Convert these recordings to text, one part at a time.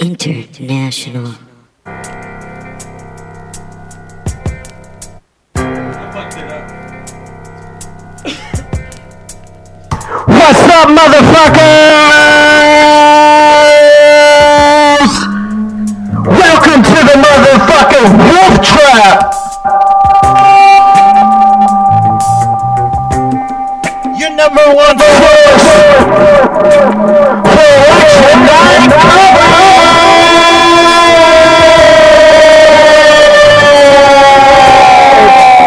International. What's up, motherfuckers? Welcome to the motherfucking wolf trap. Your number one For election night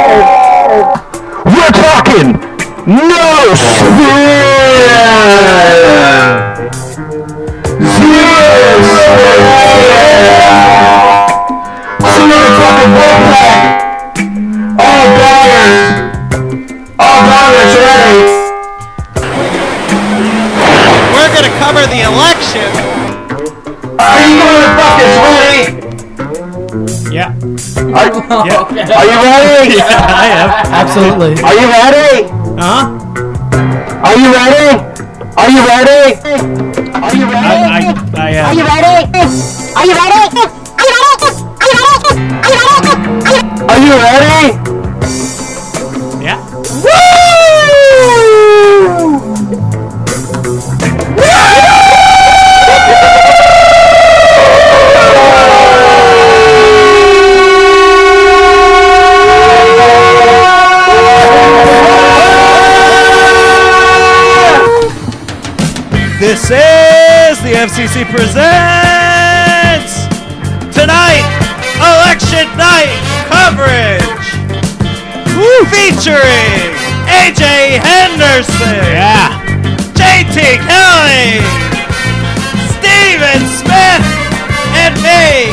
coverage. We're talking no spin. Zero spin. See you in fucking wolf pack. All dollars. All dollars ready. We're gonna cover the election. Are you motherfuckers ready? Yeah, Are, are you ready? I am. Absolutely. Are you ready? Huh? Are you ready? Are you ready? Are you I, ready? I, I uh, Are you am. ready? Are you ready? Are you ready? Yeah. Woo! This is the FCC Presents! Tonight, election night coverage! Featuring AJ Henderson! Yeah. JT Kelly, Steven Smith, and me.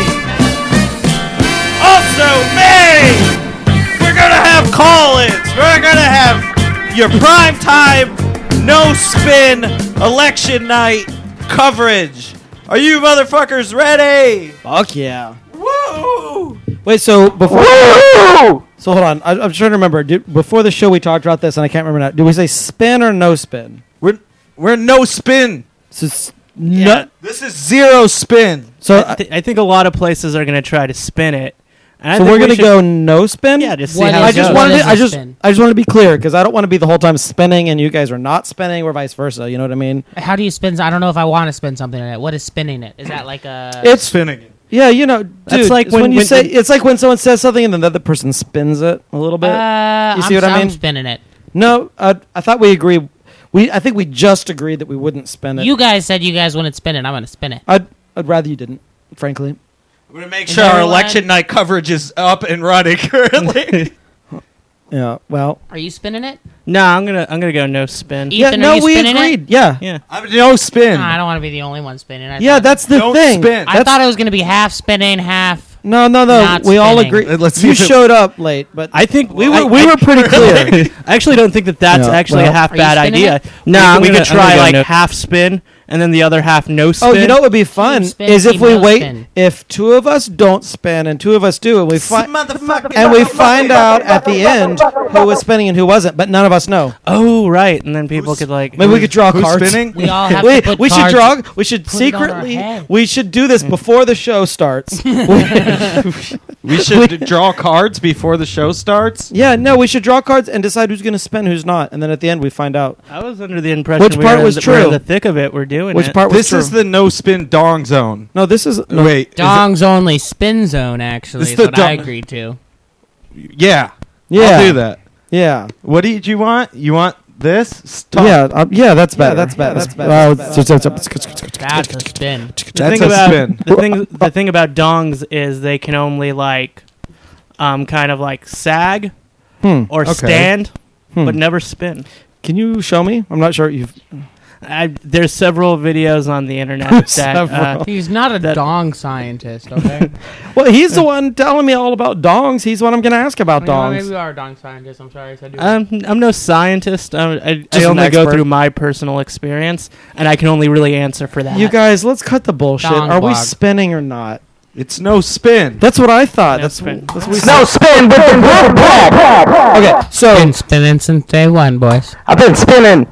Also me. We're gonna have call-ins. We're gonna have your prime time, no spin election night coverage. Are you motherfuckers ready? Fuck yeah. Woo! Wait, so before. Woo! So hold on. I, I'm trying to remember. Did, before the show, we talked about this, and I can't remember now. Did we say spin or no spin? We're we're no spin. So, s- nut- This is zero spin. so, I, th- I think a lot of places are going to try to spin it. And I so think we're we going to should- go no spin? Yeah, just see What how is I it just goes. What wanted. is To, I a just. spin? I just want to be clear because I don't want to be the whole time spinning and you guys are not spinning or vice versa. You know what I mean? How do you spin? I don't know if I want to spin something in it. What is spinning it? Is that like a? It's Spinning it. yeah, you know, dude. That's like it's when, when- you when- say it's like when someone says something and then the other person spins it a little bit. uh, you see I'm, what I I'm mean? spinning it. no, uh, I thought we agreed. We I think we just agreed that we wouldn't spin it. You guys said you guys wouldn't spin it. I'm gonna spin it. I'd I'd rather you didn't, frankly. We're gonna make sure our Neverland. election night coverage is up and running currently. Yeah. Well. Are you spinning it? No, I'm going to I'm going to go no spin. Ethan, yeah. are No, you we spinning agreed. It? Yeah. Yeah. I'm no spin. No, I don't want to be the only one spinning. I Yeah. thought- That's the Don't thing. spin. I That's- thought it was gonna be half spinning, half. No, no, no. Not we all spinning. agree. Uh, let's see you if it- showed up late, but I think we were I- we I- were pretty clear. I actually don't think that that's Yeah, actually well- a half Are you bad spinning idea. it? No, I'm we, could- gonna- we could I'm gonna try go like no- half spin and then the other half no spin. Oh, you know what would be fun spin, is if keep we no wait. spin. If two of us don't spin and two of us do, and we find Motherfucker. and we find out at the end who was spinning and who wasn't, but none of us know. Oh, right. And then people could like Maybe we could draw Who's cards. spinning? We all have We, to put we should cards- draw. We should it on our secretly. head. We should do this before the show starts. We should draw cards before the show starts. yeah, no, we should draw cards and decide who's going to spin, who's not, and then at the end we find out I was under the impression Which we part were in was the, we're in true? the thick of it. We're doing which it. part was This true. is the no spin dong zone. no, this is no, Wait, is Dongs only spin zone. Actually, This is the what I dong- agreed to. it- yeah, Yeah, I'll do that. Yeah, What did you want? You want this? Stop. yeah, uh, yeah. Uh, That's better. Yeah, that's better. That's better. That's a spin. the That's thing a about spin. the thing the thing about dongs is they can only like um kind of like sag Hmm. or Okay. stand Hmm. but never spin. Can you show me? I'm not sure you've. I, there's several videos on the internet that uh, Several. He's not a That- dong scientist. Okay. Well, he's the one telling me all about dongs. He's what I'm going to ask about Well, Maybe dongs. we are a dong scientist. I'm sorry. I said you were. I'm, I'm no scientist. I'm, I, Just I an only expert. go through my personal experience, and I can only really answer for that. You guys, let's cut the bullshit. Dong Are we blog. spinning or not? It's no spin. That's what I thought. No that's spin. that's what we No said. spin, but the wolf pack. Okay, so been spinning since day one, boys. I've been spinning,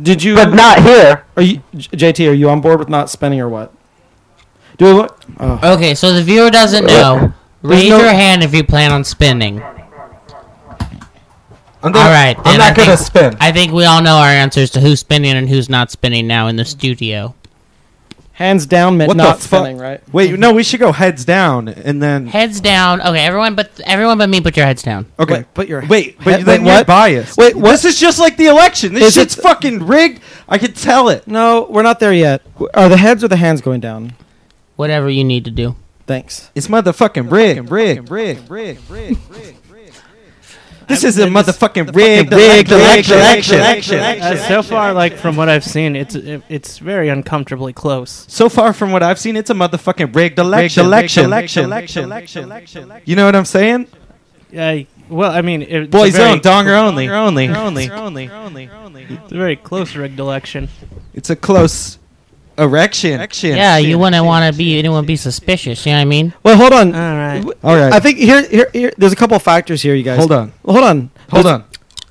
did you? but not here. Are you J- JT? Are you on board with not spinning or what? Do we want? Oh. Okay, so the viewer doesn't know. Raise no- your hand if you plan on spinning. I'm All right, I'm then not I gonna think- spin. I think we all know our answers to who's spinning and who's not spinning now in the studio. Hands down, meant What the not fu- spinning, right? Wait, no, we should go heads down and then. Heads down. Okay, everyone but everyone but me put your heads down. Okay, Wait, but your- wait, but Wait, then you're what? biased. Wait, what- This is just like the election. This Is it- shit's fucking rigged. I could tell it. No, we're not there yet. Are the heads or the hands going down? Whatever you need to do. Thanks. It's motherfucking rigged. Rigged. Rigged. Rigged. Rigged. This is a motherfucking rigged, rigged election. election. Uh, so far, like from what I've seen, it's it, it's very uncomfortably close. So far from what I've seen, it's a motherfucking rigged election. Election. Election. Election. Election. You know what I'm saying? Uh, well, I mean, it's a Boys very, own, donger only. Only. It's a very close rigged election. It's a close erection. Erection. Yeah, you wouldn't want to be anyone be suspicious. You know what I mean? Well, hold on. Uh, All right. All right. I think here, here, here, there's a couple of factors here, you guys. Hold on. Hold on. Hold on.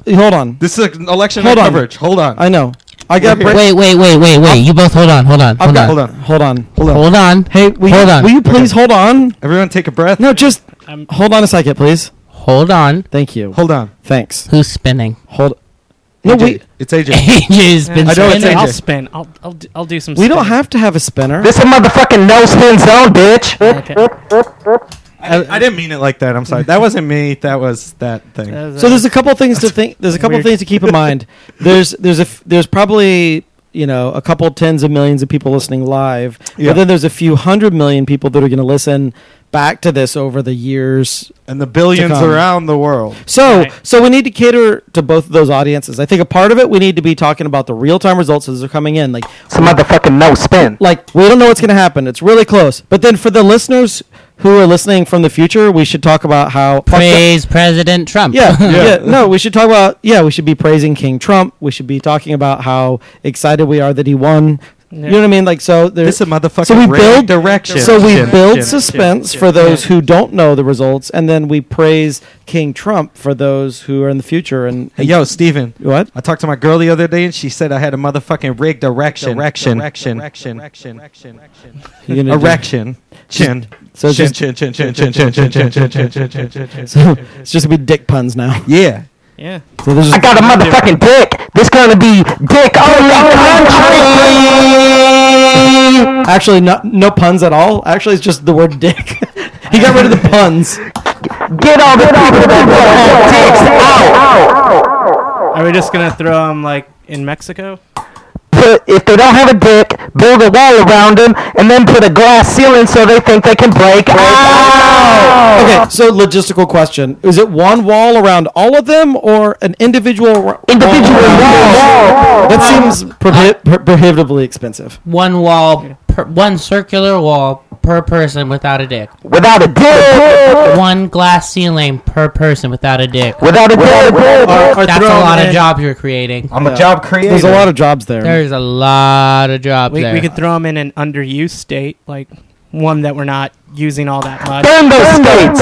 on. Hold on. This is an election Hold on. coverage. Hold on. I know. I got. We're break- Wait, wait, wait, wait, wait. You both hold on, hold on, I've hold got. on, Hold on. Hold on. Hold hold on. Hey, will Hold you, on. Will you please hold on? Everyone take a breath. No, just I'm- hold on a second, please. hold on. Thank you. Hold on. Thanks. Who's spinning? Hold. No, AJ. we It's AJ. AJ's been I know it's spinning. AJ. will spin. I'll I'll do, I'll do some. we don't spinning. have to have a spinner. This a motherfucking no spin zone, bitch. Okay. I, I didn't mean it like that. I'm sorry. That wasn't me. That was that thing. That was, So uh, there's a couple things to think. There's a couple Weird. things to keep in mind. There's there's a f- there's probably you know a couple tens of millions of people listening live, Yeah. but then there's a few hundred million people that are going to listen back to this over the years. and the billions It's a con. around the world. So Right. so we need to cater to both of those audiences. I think a part of it we need to be talking about the real time results as they're coming in. Like It's a motherfucking no spin. like we don't know what's going to happen. It's really close. But then for the listeners who are listening from the future, we should talk about how Praise President Trump. yeah, yeah, No, we should talk about. Yeah, we should be praising King Trump. We should be talking about how excited we are that he won. You know what I mean? Like so, This is there's a motherfucking so we rigged build direction. So we Shit, build shit, suspense shit, for shit. those who don't know the results, and then we praise King Trump for those who are in the future. And, Hey, yo, Steven. what? I talked to my girl the other day, and she said I had a motherfucking rigged erection. Erection. Erection. Erection. Erection. You gonna do- Erection. Chin. So it's chin, just- chin, chin, chin, chin, chin, chin, chin, chin, chin, chin, chin, chin, chin. So it's just gonna be dick puns now. Yeah. yeah. So this is I got a motherfucking dick. This gonna be dick only country. actually no, no puns at all. Actually, it's just the word dick. he got rid of the puns. Get all the people that want dicks out. Are we just gonna throw them like in Mexico? Put, if they don't have a dick, build a wall around them, and then put a glass ceiling so they think they can break out. Okay, so logistical question: Is it one wall around all of them, or an individual? ro- Individual wall around wall. each? That seems prohi- pro- prohibitively expensive. One wall, per, one circular wall per person without a dick. Without a dick. One glass ceiling per person without a dick. Without a dick. That's a lot of jobs you're creating. I'm a job creator. There's a lot of jobs there. There's a lot of jobs We there. we could throw them in an underused state, like one that we're not using all that much. Burn those states.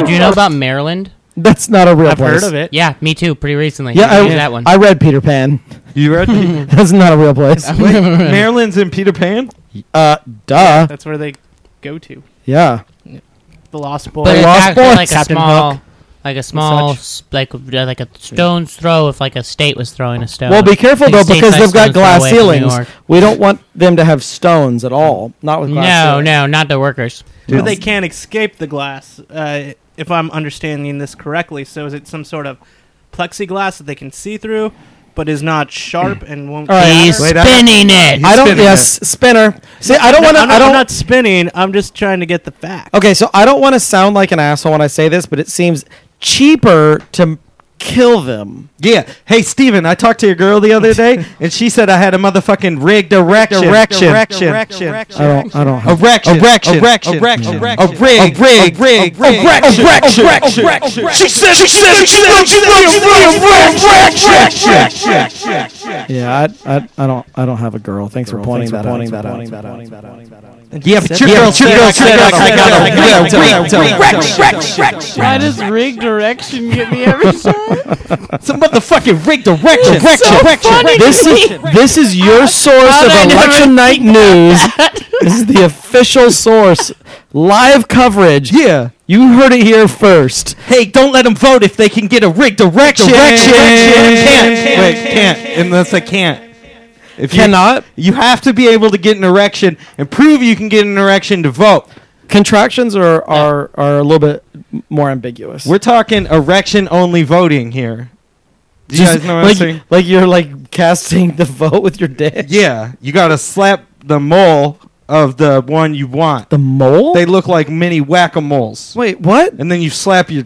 Did you know about Maryland? That's not a real I've place. heard of it. Yeah, me too. Pretty recently. Yeah, I, Who's that one. I read Peter Pan. You ready? That's not a real place. Wait, Maryland's in Peter Pan? Uh, duh. That's where they go to. Yeah. The Lost Boys. but it's Lost actually Boys. like a Captain small, like a small, such. s- like uh, like a stone's throw if like a state was throwing a stone. Well, be careful Like though, states because like they've got stone's throw glass away from New ceilings. York. We don't want them to have stones at all. Not with glass No, ceilings. no, not the workers. But they can't escape the glass, uh, if I'm understanding this correctly. So is it some sort of plexiglass that they can see through, but is not sharp and won't? All right, He's wait, I- spinning it. I don't. spinning Yes, spinner. See, I No, don't want to. I'm, not, I I'm don't. not spinning. I'm just trying to get the fact. Okay, so I don't want to sound like an asshole when I say this, but it seems cheaper to m- kill them. Yeah. Hey, Steven, I talked to your girl the other day, and she said I had a motherfucking rigged erection. Erection. Erection. Erection. I don't. I don't. Have, Erection. Erection. Erection. Erection. A rig. A rig. A rig. Erection. Erection. Erection. She said, she said, she said, she said, erection. yeah, I, I, I don't. I don't have a girl. Thanks for pointing that. Pointing that. Pointing that. Yeah, but your girl said I got a rigged erection. Why does rigged direction get me every time? It's a motherfucking rigged erection. This is this is your source of election night news this is the official source. Live coverage. Yeah. You heard it here first. Hey, don't let them vote if they can get a rigged direction. Direction. Can't. Wait, can't. Unless they can't. If you- Cannot. You have to be able to get an erection and prove you can get an erection to vote. Contractions are, are, are a little bit m- more ambiguous. We're talking erection only voting here. Do you Just guys know what I'm like, saying? like you're like casting the vote with your dick. Yeah, you gotta slap the mole of the one you want. The mole? They look like mini whack a moles. Wait, what? And then you slap your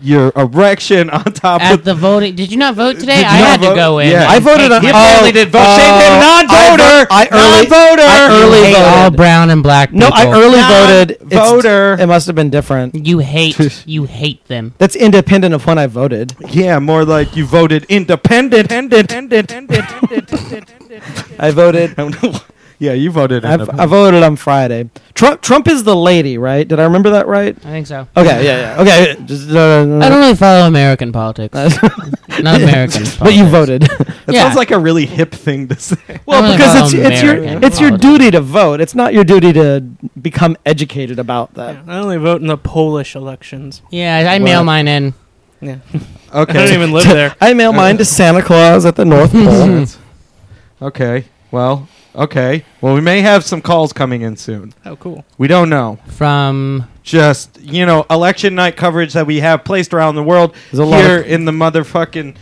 your erection on top At of the voting. Did you not vote today? Did you I not had vote? to go in. Yeah. I voted on. He barely did vote. Shame him, non-voter. I, vo- I early Non-voter. I You early hate all voted. brown and black people. No, I early voted. It's- voter. It must have been different. You hate. You hate them. That's independent of when I voted. Yeah, more like you voted independent. I voted. yeah, you voted I, I voted on Friday. Trump. Trump is the lady, right? Did I remember that right? I think so. Okay. Yeah. Yeah. Okay. Just. Uh, I don't really follow American politics. not American. But you voted. That Sounds like a really hip thing to say. well, really because it's follow it's your American it's your politics. duty to vote. It's not your duty to become educated about that. Yeah, I only vote in the Polish elections. Yeah, I, I mail What? mine in. Yeah. I Okay. don't even live there. I mail mine to Santa Claus at the North Pole. okay. Well. Okay. Well, we may have some calls coming in soon. Oh, cool. We don't know. From Just you know, election night coverage that we have placed around the world There's a lot here of- in the motherfucking.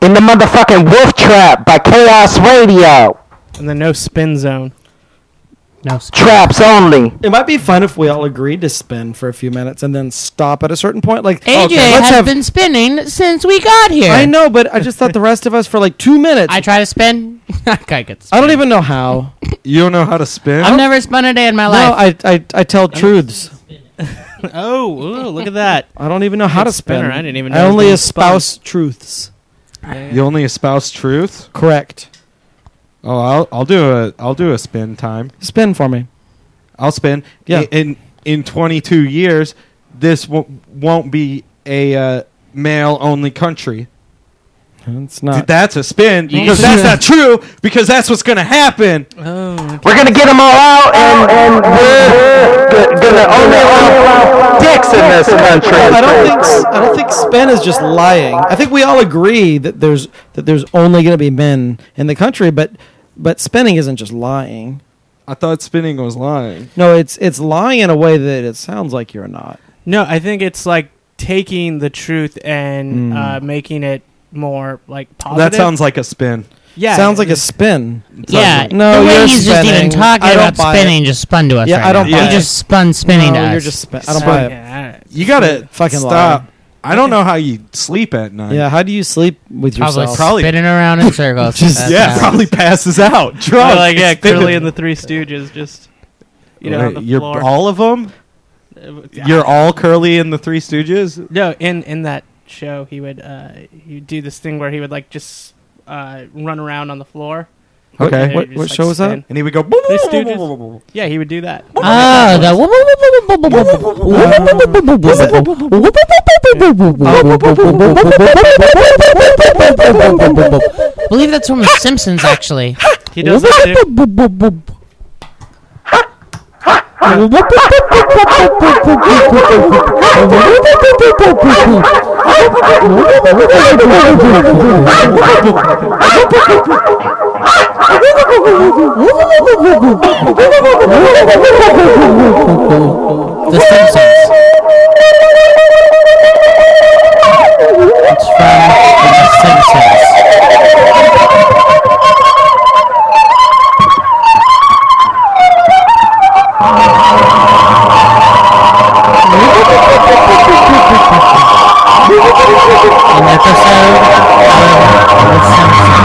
In the motherfucking Wolf Trap by Chaos Radio. And then no spin zone. no. sp- Traps only. It might be fun if we all agreed to spin for a few minutes and then stop at a certain point. Like AJ okay, has let's have- been spinning since we got here. I know, but I just thought the rest of us for like two minutes. I I, try to spin. I get. don't even know how. You don't know how to spin. I've never spun a day in my No, life. I, I I tell truths. Oh, ooh, look at that. I don't even know how Good to spin. spinner. I didn't even I know it only was espouse truths. you only espouse truth. Correct. Oh, I'll I'll do a I'll do a spin time. Spin for me. I'll spin. Yeah. I- In in 22 years, this w- won't be a uh, male only country. It's not. that's a spin because that's not true because that's what's going to happen. We're gonna get them all out and, Oh, and we're g- gonna only allow dicks in this I country. don't think s- I don't think spin is just lying. I think we all agree that there's that there's only going to be men in the country, but but spinning isn't just lying. I thought spinning was lying. No, it's it's lying in a way that it sounds like you're not. No, I think it's like taking the truth and Mm. uh, making it more like positive. That sounds like a spin. yeah. sounds like a spin. yeah, No, the way you're he's just even spinning. talking I don't about buy it. spinning just spun to us. Yeah, right I don't now. buy You it. just spun spinning No, to us. you're just spin. I don't buy it. Yeah, You got to Fucking stop. lying. I don't know how you sleep at night. Yeah, how do you sleep with probably, yourself? Probably- spinning around in circles. Just- That's Yeah, how- probably passes out. Drunk. Or like yeah, Spinning. Curly and the Three Stooges just you know on Wait, the you're floor. all of them? You're all Curly and the Three Stooges? uh, no in in that show he would uh he would do this thing where he would like just uh run around on the floor. Okay. And What- he would what just, show was that? spin. And he would go. Three Stooges. Yeah, he would do that. Ah, Oh, the I believe that's from The Simpsons, actually. He does that too. The Simpsons. It's from The Simpsons. An episode of um, The Simpsons.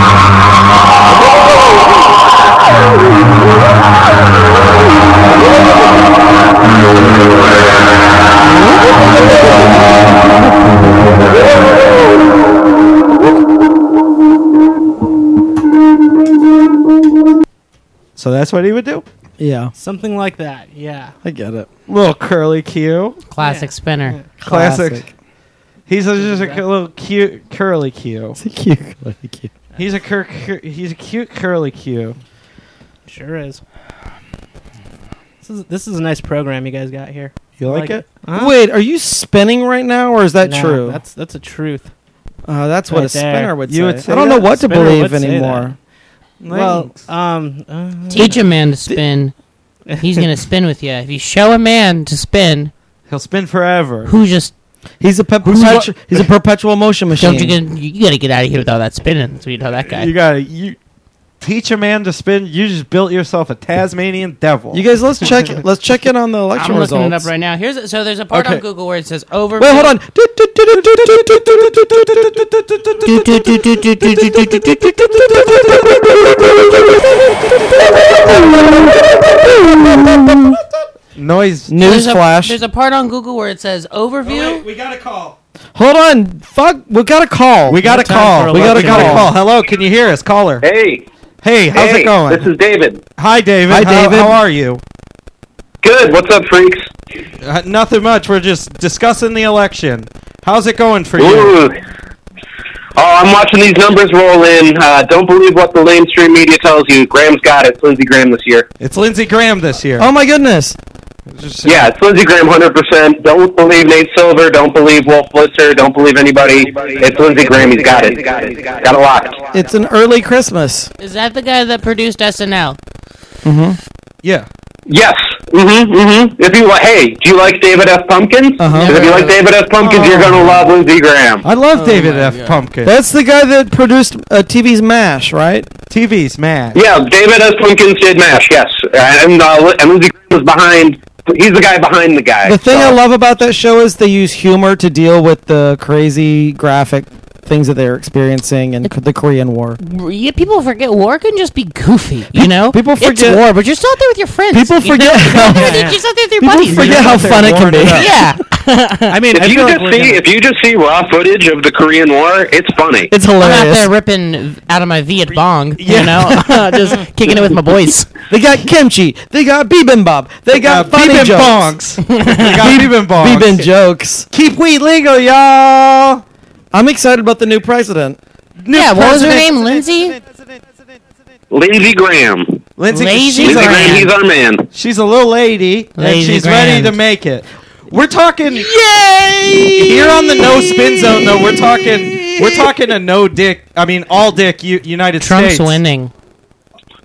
So that's what he would do? Yeah, Something like that. Yeah. I get it. Little Curly Q. Classic spinner. Classic. Classic. He's a, just a cu- little cute curly Q. It's a cute, like a cute. He's a cur- cur- he's a cute curly Q. Sure is. This is this is a nice program you guys got here. You like it? Huh? Wait, are you spinning right now, or is that Nah, true? That's that's a truth. Uh, that's what Right a there. spinner would say. You would say I don't know that? what to Spinner believe would say anymore. Well, um, uh, Teach a man to spin. He's gonna spin with you. If you show a man to spin, He'll spin forever. who just He's a pe- perpetu- he's a perpetual motion machine. don't you, get, you gotta get out of here with all that spinning. So you know that guy. You gotta you teach a man to spin. You just built yourself a Tasmanian devil. You guys, let's check. Let's check in on the election I'm looking results. it up right now. Here's a, so there's a part on Okay. Google where it says over. Wait, hold on. noise. There's News a, flash. Oh, There's a part on Google where it says overview. we got a call. Hold on. Fuck. We got a call. We got a call. We got a We got a call. call. Hello, can you hear us, caller? Hey, Hey, how's hey, it going? This is David. Hi, David. Hi, How- David. How are you? Good. What's up, freaks? Uh, nothing much. We're just discussing the election. How's it going for you? Ooh. Oh, I'm watching these numbers roll in. Uh, don't believe what the mainstream media tells you. Graham's got it. It's Lindsey Graham this year. It's Lindsey Graham this year. Oh my goodness. Just- Yeah, it's Lindsey Graham 100%. Don't believe Nate Silver. Don't believe Wolf Blitzer. Don't believe anybody. It's Lindsey Graham. He's got it. Got it locked. It's an early Christmas. Is that the guy that produced SNL? Yeah. Yes. Mm-hmm. Mm-hmm. If you like, hey, do you like David F. Pumpkins? Uh-huh. 'Cause If you like David F. Pumpkins, you're gonna love Lindsey Graham. I Oh love Oh David F. Pumpkin. That's the guy that produced uh, TV's MASH, right? TV's mad. Yeah, David S. Pumpkins did mash. Yes, and uh, Li- and Lindsey Graham was behind. He's the guy behind the guy. The thing so. I love about that show is they use humor to deal with the crazy graphic things that they're experiencing and the Korean War. Yeah, people forget war can just be goofy. You know, people it's forget- war, but you're still out there with your friends. People you know? forget You're out how- there with- you're still out there with your People buddies. forget how fun it can be. yeah, I mean, If I you feel like just we're see gonna- if you just see raw footage of the Korean War, it's funny. It's I'm out there hilarious. ripping out of my Viet Bong. You know, just kicking it with my boys. They got kimchi. They got bibimbap. They got Uh, funny Beep and jokes. bonks. You got Beep and bonks. Bibin jokes. Keep wheat legal, y'all. I'm excited about the new president. yeah, what was her president- name? Lindsay. Lindsey Graham, Lindsey. Lazy She's, Lindsey Graham. Graham, he's our man. she's a little lady, and Lazy she's ready grand. to make it. We're talking. Yay! Here on the no spin zone, though, we're talking. We're talking a no dick. I mean, all dick. U- United Trump's States. winning.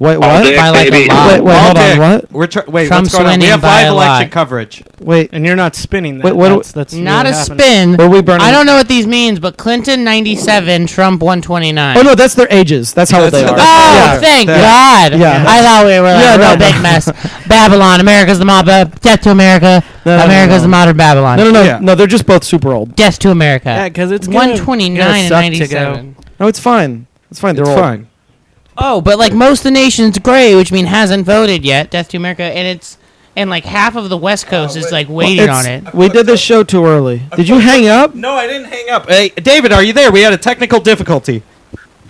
Wait, All what? dick, By like a baby. lot. Wait, wait, all hold dick. on. What? We're tr- wait. what's Trump's going on? We winning have by live a election lot. coverage. Wait, and you're not spinning that. Wait, what do- that's, that's Not really a happening. spin. were we burning? I don't know what these means, but Clinton 97, Trump 129. Oh no, that's their ages. That's how old they are. Oh, Yeah. thank God. Yeah. I thought we were like Yeah, a real no. big mess. Babylon, America's the mob, uh, death to America. No, no, no, America's no. the modern Babylon. No, no, no, Yeah. no. They're just both super old. Death to America. Yeah, because it's gonna- 129 gonna and suck to 97. No, it's fine. It's fine. They're It's old. fine. Oh, but like most of the nation's gray, which mean hasn't voted yet. Death to America, and it's and like half of the West Oh, Coast is like waiting It's- on it. We did this show too early. Did you hang up? No, I didn't hang up. Hey, David, are you there? We had a technical difficulty.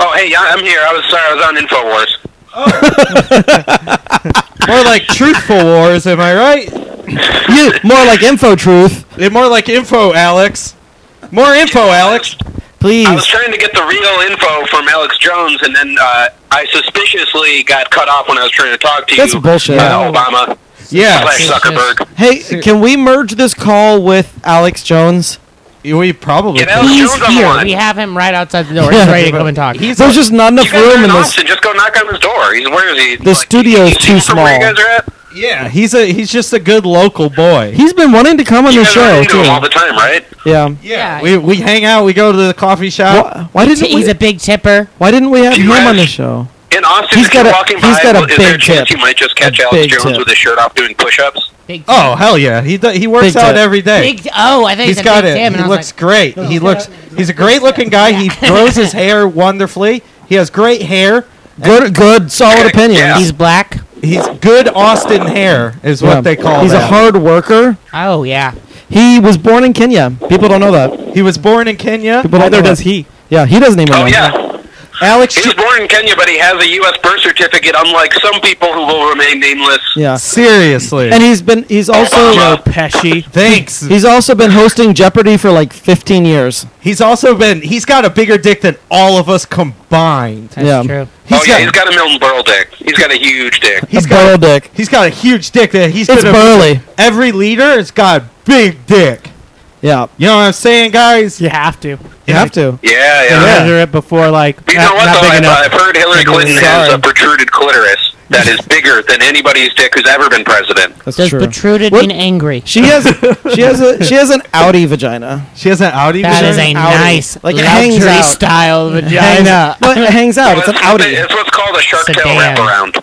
Oh, hey, yeah, I'm here. I was sorry, I was on Infowars. More like truthful wars, am I right? You more like info truth, Eh, More like info, Alex. More info, Alex. I was please. trying to get the real info from Alex Jones, and then uh, I suspiciously got cut off when I was trying to talk to That's you. bullshit. Uh, Obama slash Yes. Zuckerberg. Hey, can we merge this call with Alex Jones? We probably. Get Alex He's Jones on the here. line. We You have him right outside the door. He's ready to come and talk. There's just not enough guys are room in in this. Austin. Just go knock on his door. He's where is he? The studio is you see too from Where you small. guys are at? Yeah, he's a he's just a good local boy. He's been wanting to come on You the guys run show into him all too. the time, right? Yeah. Yeah. We we hang out. We go to the coffee shop. Why, why didn't He's we? a big tipper. Why didn't we have Do him you on the guys- show? In Austin, He's if got you're a- walking he's by, got a is there a big chance tip. you might just catch A Alex big Jones tip. with his shirt off doing push-ups? Big tip. Oh hell yeah! He do, he works Big out time. every day. Big, oh, I think he's got it. Tim, He and I was looks like, great. He looks. He's a great looking guy. He grows his hair wonderfully. He has great hair. Good, good, solid Yeah. opinion. Yeah. he's black. He's good Austin hair is what Yeah. they call He's that. a hard worker. Oh yeah. He was born in Kenya. People don't know that. he was born in Kenya. People don't know that. he. Yeah, he doesn't even Oh know. yeah, that. Alex. He was Ch- born in Kenya, but he has a U.S. birth certificate, unlike some people who will remain nameless. yeah, Seriously. and he's been he's also Pesci. Thanks. he's also been hosting Jeopardy for like 15 years. He's also been. He's got a bigger dick than all of us combined. That's yeah, true. He's oh yeah, got. he's got a Milton Berle dick. He's got a huge dick. he's he's a got- burl dick. he's got a huge dick that he's It's gonna. burly. every leader has got a big dick. Yeah, You know what I'm saying, guys? You have to you have to. Yeah, yeah. measure it before like But you not, know what not though? big I've, enough. I've heard Hillary Clinton has Sorry. a protruded clitoris that is bigger than anybody's dick who's ever been president. That's Does true. protruded What- mean angry? she has she has a she has an outie vagina. She has an Audi. That vision? is a Audi. nice Like, like it hangs luxury out. style vagina. No, it hangs Oh, out. It's an Well, it's, outie. it's what's called a shark It's a tail dam. wraparound.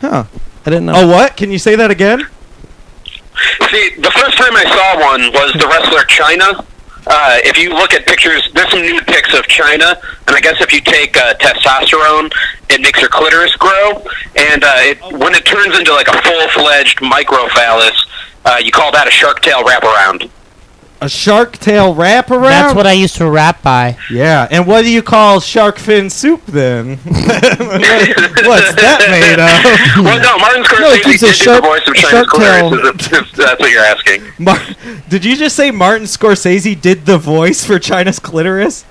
Huh. I didn't know. Oh, what? Can you say that again? See, the first time I saw one was the wrestler China. Uh, if you look at pictures, there's some nude pics of China, and I guess if you take uh, testosterone, it makes her clitoris grow, and uh, it, when it turns into like a full-fledged microphallus, uh, you call that a shark tail wraparound. A shark tail wraparound? That's what I used to rap by. Yeah, and what do you call shark fin soup then? What's that made of? well, no, Martin Scorsese it's a did shark- do the voice of a China's shark tail. clitoris. If, if that's what you're asking. Mar- Did you just say Martin Scorsese did the voice for China's clitoris?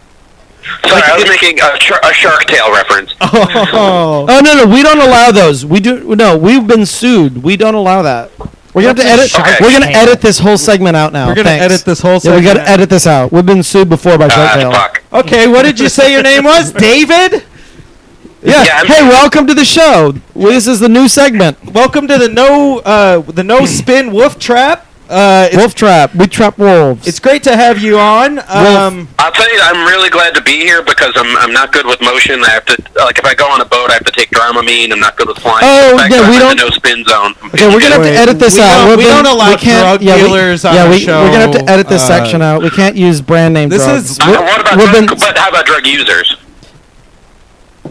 Sorry, I was making a, shar- a shark tail reference. Oh, Oh no no, we don't allow those. We do no. We've been sued. We don't allow that. We're gonna have to edit. shark We're gonna tale? edit this whole segment out now. we're gonna Thanks. edit this whole. Yeah, we gotta segment. edit this out. We've been sued before by Shark Ah, Tale. fuck. Okay, what did you say your name was? David. Yeah. Yeah, I'm- hey, welcome to the show. This is the new segment, Welcome to the no uh, the no spin wolf trap. Uh, it's, Wolf Trap. We trap wolves. it's great to have you on. Um, I'll tell you, I'm really glad to be here because I'm I'm not good with motion. I have to like if I go on a boat, I have to take Dramamine. I'm not good with flying. Oh, In fact, yeah, I'm we in the don't- No spin zone. I'm okay, feeling we're gonna have good. to edit this we out. don't- We've we been- don't allow drug yeah, we- dealers on yeah, the we, show, We're gonna have to edit this uh, section out. We can't use brand name This drugs. is- Uh, what about we've drug, been- but how about drug users?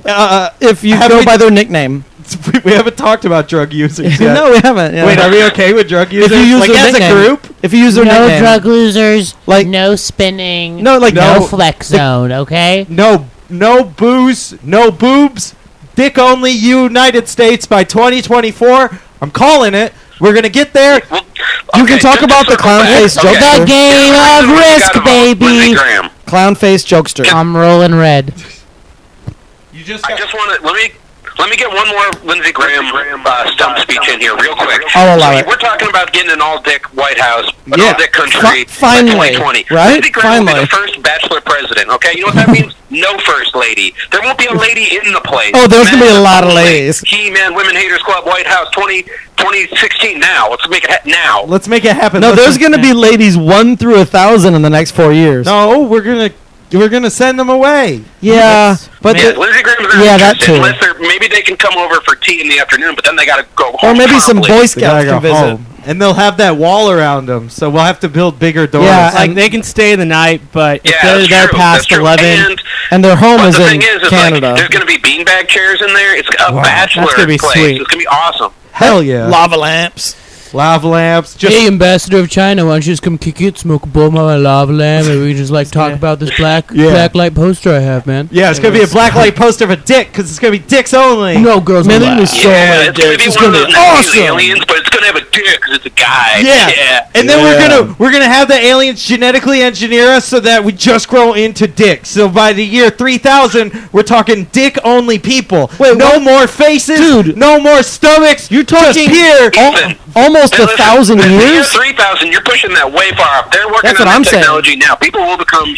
uh, if you Have go we- by their nickname. we haven't talked about drug users yet. no, we haven't. yeah. Wait, are we okay with drug users? if you use like their as nickname, a group? if you use their No nickname, drug losers. Like- Like no spinning. No, like, no, no- flex zone. Okay. No, no booze, no boobs. Dick only United States by 2024. I'm calling it. We're gonna get there. Well, You can okay, talk just to about the circle clown back. face Okay. joke. The game Here's of the one you risk, gotta vote, Lindsey baby. Graham. clown face jokester. I'm rolling red. You just I just want to let me let me get one more Lindsey Graham uh, stump speech in here real quick. I'll allow So it. We're talking about getting an all-dick White House, an Yeah. all-dick Fi- country finally, by 2020. right? Lindsey Graham will be Finally. the first bachelor president. Okay, you know what that means? No first lady. There won't be a lady in the place. Oh, there's gonna be a lot of ladies. He man, women haters club, White House, 20, 2016 Now, let's make it ha- now. let's make it happen. No, Let's- there's gonna be ladies one through a thousand in the next four years. no. We're gonna we're gonna send them away. yeah, but Yeah, the- Lindsey Graham's not yeah, that interested, too. Unless they're, maybe they can come over for tea in the afternoon, but then they got to go home. or maybe some promptly. Boy They gotta Scouts can go home. visit. and they'll have that wall around them. So we'll have to build bigger doors. Yeah, like and- they can stay the night, but if Yeah, they're that's there true, that's past true. eleven, And and their home But is the in thing is, is Canada. like, there's going to be beanbag chairs in there. It's a bachelor that's gonna be place. sweet. It's going to be awesome. hell yeah. Lava lamps. Lava lamps. Just ambassador of China, why don't you just come kick it, smoke a bowl of my lava lamp, and we just like talk about this black Yeah. black light poster I have, man. yeah, it's gonna be a black light poster of a dick because it's gonna be dicks only. girls, Man, they're gonna be so yeah, many it's going to dicks. be It's one of gonna those be not really awesome. aliens, but it's going to have a dick 'cause it's a guy. Yeah. yeah. And then we're gonna we're gonna have the aliens genetically engineer us so that we just grow into dicks. So by the year three thousand, we're talking dick only people. Wait, no more faces, Dude. No more stomachs. You're talking here. Ethan, Almost hey, a listen, thousand the year years. 3,000, you're pushing that way far up. They're working That's on what that I'm saying. technology now. People will become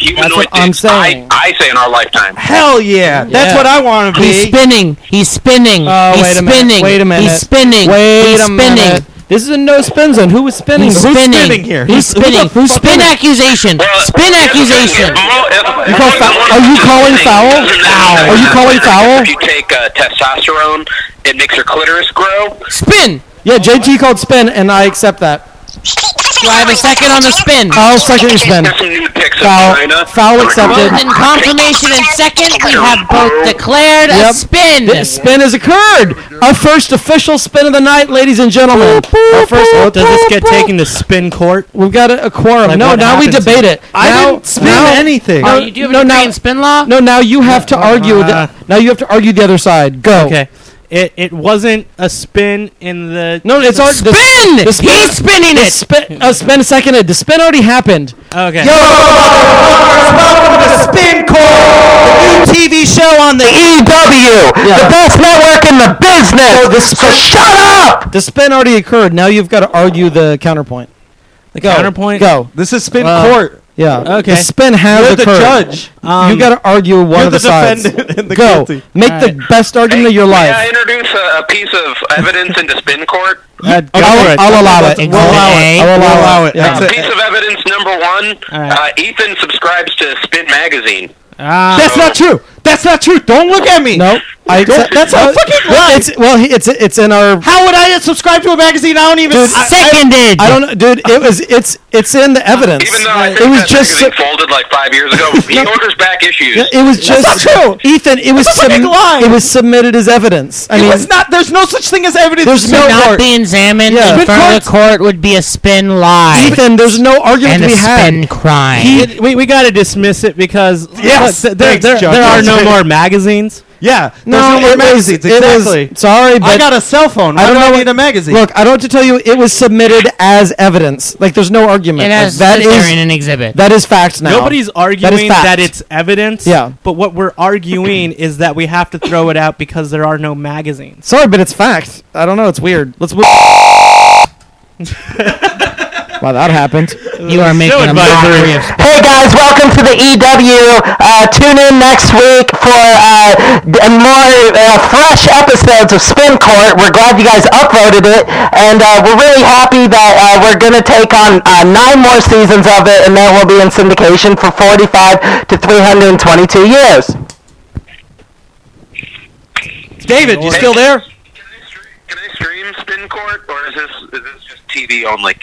what humanoid I'm dicks, saying. I, I say in our lifetime. Hell yeah, that's Yeah. what I want to He's be. spinning. He's spinning. Oh, He's wait a minute. spinning. Wait a minute. He's spinning. Wait He's a spinning. minute. This is a no spin zone. Who was spinning? He's spinning. spinning here? Who's- He's who the spinning. fuck spin is- accusation. Well, spin here's the thing, accusation. if mo- if- You call if foul- someone are you is calling spinning, foul? Ow. doesn't matter Are you calling because foul? If you take uh, testosterone, it makes your clitoris grow. Spin. Yeah, JT called spin, and I accept that. Do I have a second on the Oh, spin? I'll second your spin. There's some new pics of Foul. China. Foul accepted. Both in confirmation and second, we have both declared Yep. a spin. The spin has occurred. Our first official spin of the night, ladies and gentlemen. Our first. Does this get taken to spin court? We've got a, a quorum. Like, no, what now we happens debate it. I now, didn't spin now- anything. oh, you do have no, an now- Ukraine spin law? No, now you have to argue. Uh-huh. the, now you have to argue the other side. Go. Okay. It it wasn't a spin in the No, it's already the Spin! The spin, He's spinning the it. spin, uh, spin seconded. The spin already happened. Okay. Welcome to Spin Corps, the new TV show on the E, E, uh, EW, the best network in the business. So, shut up. The spin already occurred. Now you've got to argue the counterpoint. The Go. counterpoint. Go. This is spin Wow. court. Yeah. Okay. The spin has You're the occurred. judge. Um, you got to argue one You're of the the, sides. defendant and the Go. guilty. Make All the best argument of your may life. I introduce a, a piece of evidence into spin court? Uh, go for I'll, it. I'll allow it. Exhibit A. I'll allow, Allow it. it. Yeah. That's it. Piece of evidence number one. Uh, Ethan subscribes to Spin Magazine. Ah. That's not true. That's not true. Don't look at me. No, I accept, that's don't how fucking well, lie. it's well, he- it's it's in our. How would I subscribe to a magazine? I don't even. I- Seconded. I don't know, dude. It was it's it's in the evidence. Even though I think it was that just magazine so- folded like five years ago, he orders back issues. Yeah, It was just not true. Ethan. It was That's a fucking sub- lie. it was submitted as evidence. I it mean, was not. There's no such thing as evidence. There's in no spin not court. being examined Yeah. in Spin front of the court would be a spin lie Ethan. There's no argument and to a be had. spin crime. It- we we got to dismiss it because Yes. look, th- there, Thanks, there, Judge. there are no That's more magazines. Yeah. There's no, no, more it was, magazines. it was- Exactly. sorry, but I got a cell phone. Why I I don't do know I what- need a magazine? look. I don't have to tell you. It was submitted as evidence. Like, there's no argument. it has Like, that they're in is an exhibit. that is fact now. Nobody's arguing fact. that, it's evidence. Yeah. But what we're arguing is that we have to throw it out because there are no magazines. Sorry, but it's fact. I don't know. It's weird. Let's move. wow, that happened. you are making a mockery of spin. Hey guys, welcome to the EW. Uh, tune in next week for uh, d- more uh, fresh episodes of Spin Court. We're glad you guys uploaded it, and uh, we're really happy that uh, we're gonna take on uh, nine more seasons of it, and then we'll be in syndication for 45 to 322 years. David, you still there? Can I stream- Can I stream Spin Court, or is this is this just TV only?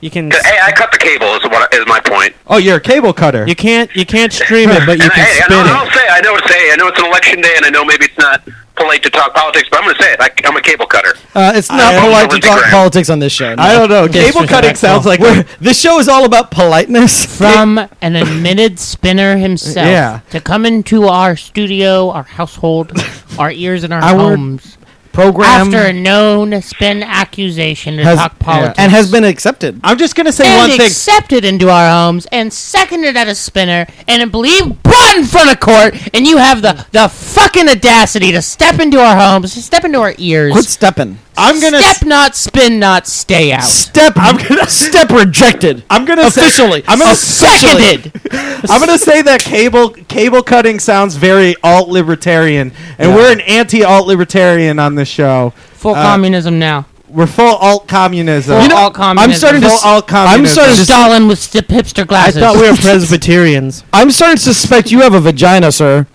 You can 'Cause, Hey, I cut the cable. Is what is my point? Oh, you're a cable cutter. you can't you can't stream it, but you and hey, can and spin I'll, it. I'll say I know it's hey, I know it's an election day, and I know maybe it's not polite to talk politics, but I'm going to say it. I, I'm a cable cutter. Uh, it's not I- polite to talk Instagram. politics on this show. no. I don't know. Cable cutting Disrespectful. sounds like We're, this show is all about politeness. From an admitted spinner himself Yeah. to come into our studio, our household, our ears, and our, Our homes program after a known spin accusation to has- talk politics. and has been accepted. I'm just gonna say and one thing. accepted into our homes and seconded at a spinner and believe brought in front of court and you have the the fucking audacity to step into our homes step into our ears Quit stepping. I'm gonna. step not spin not stay out Step. I'm gonna step rejected. I'm gonna officially. Say, I'm gonna seconded I'm gonna say that cable cable cutting sounds very alt libertarian, and we're an anti alt libertarian on this show. full Uh, communism now We're full alt communism. Full You know, alt communism. I'm starting to. full alt communism. I'm starting to. Stalin with stip hipster I glasses thought we were Presbyterians. I'm starting to suspect you have a vagina, sir.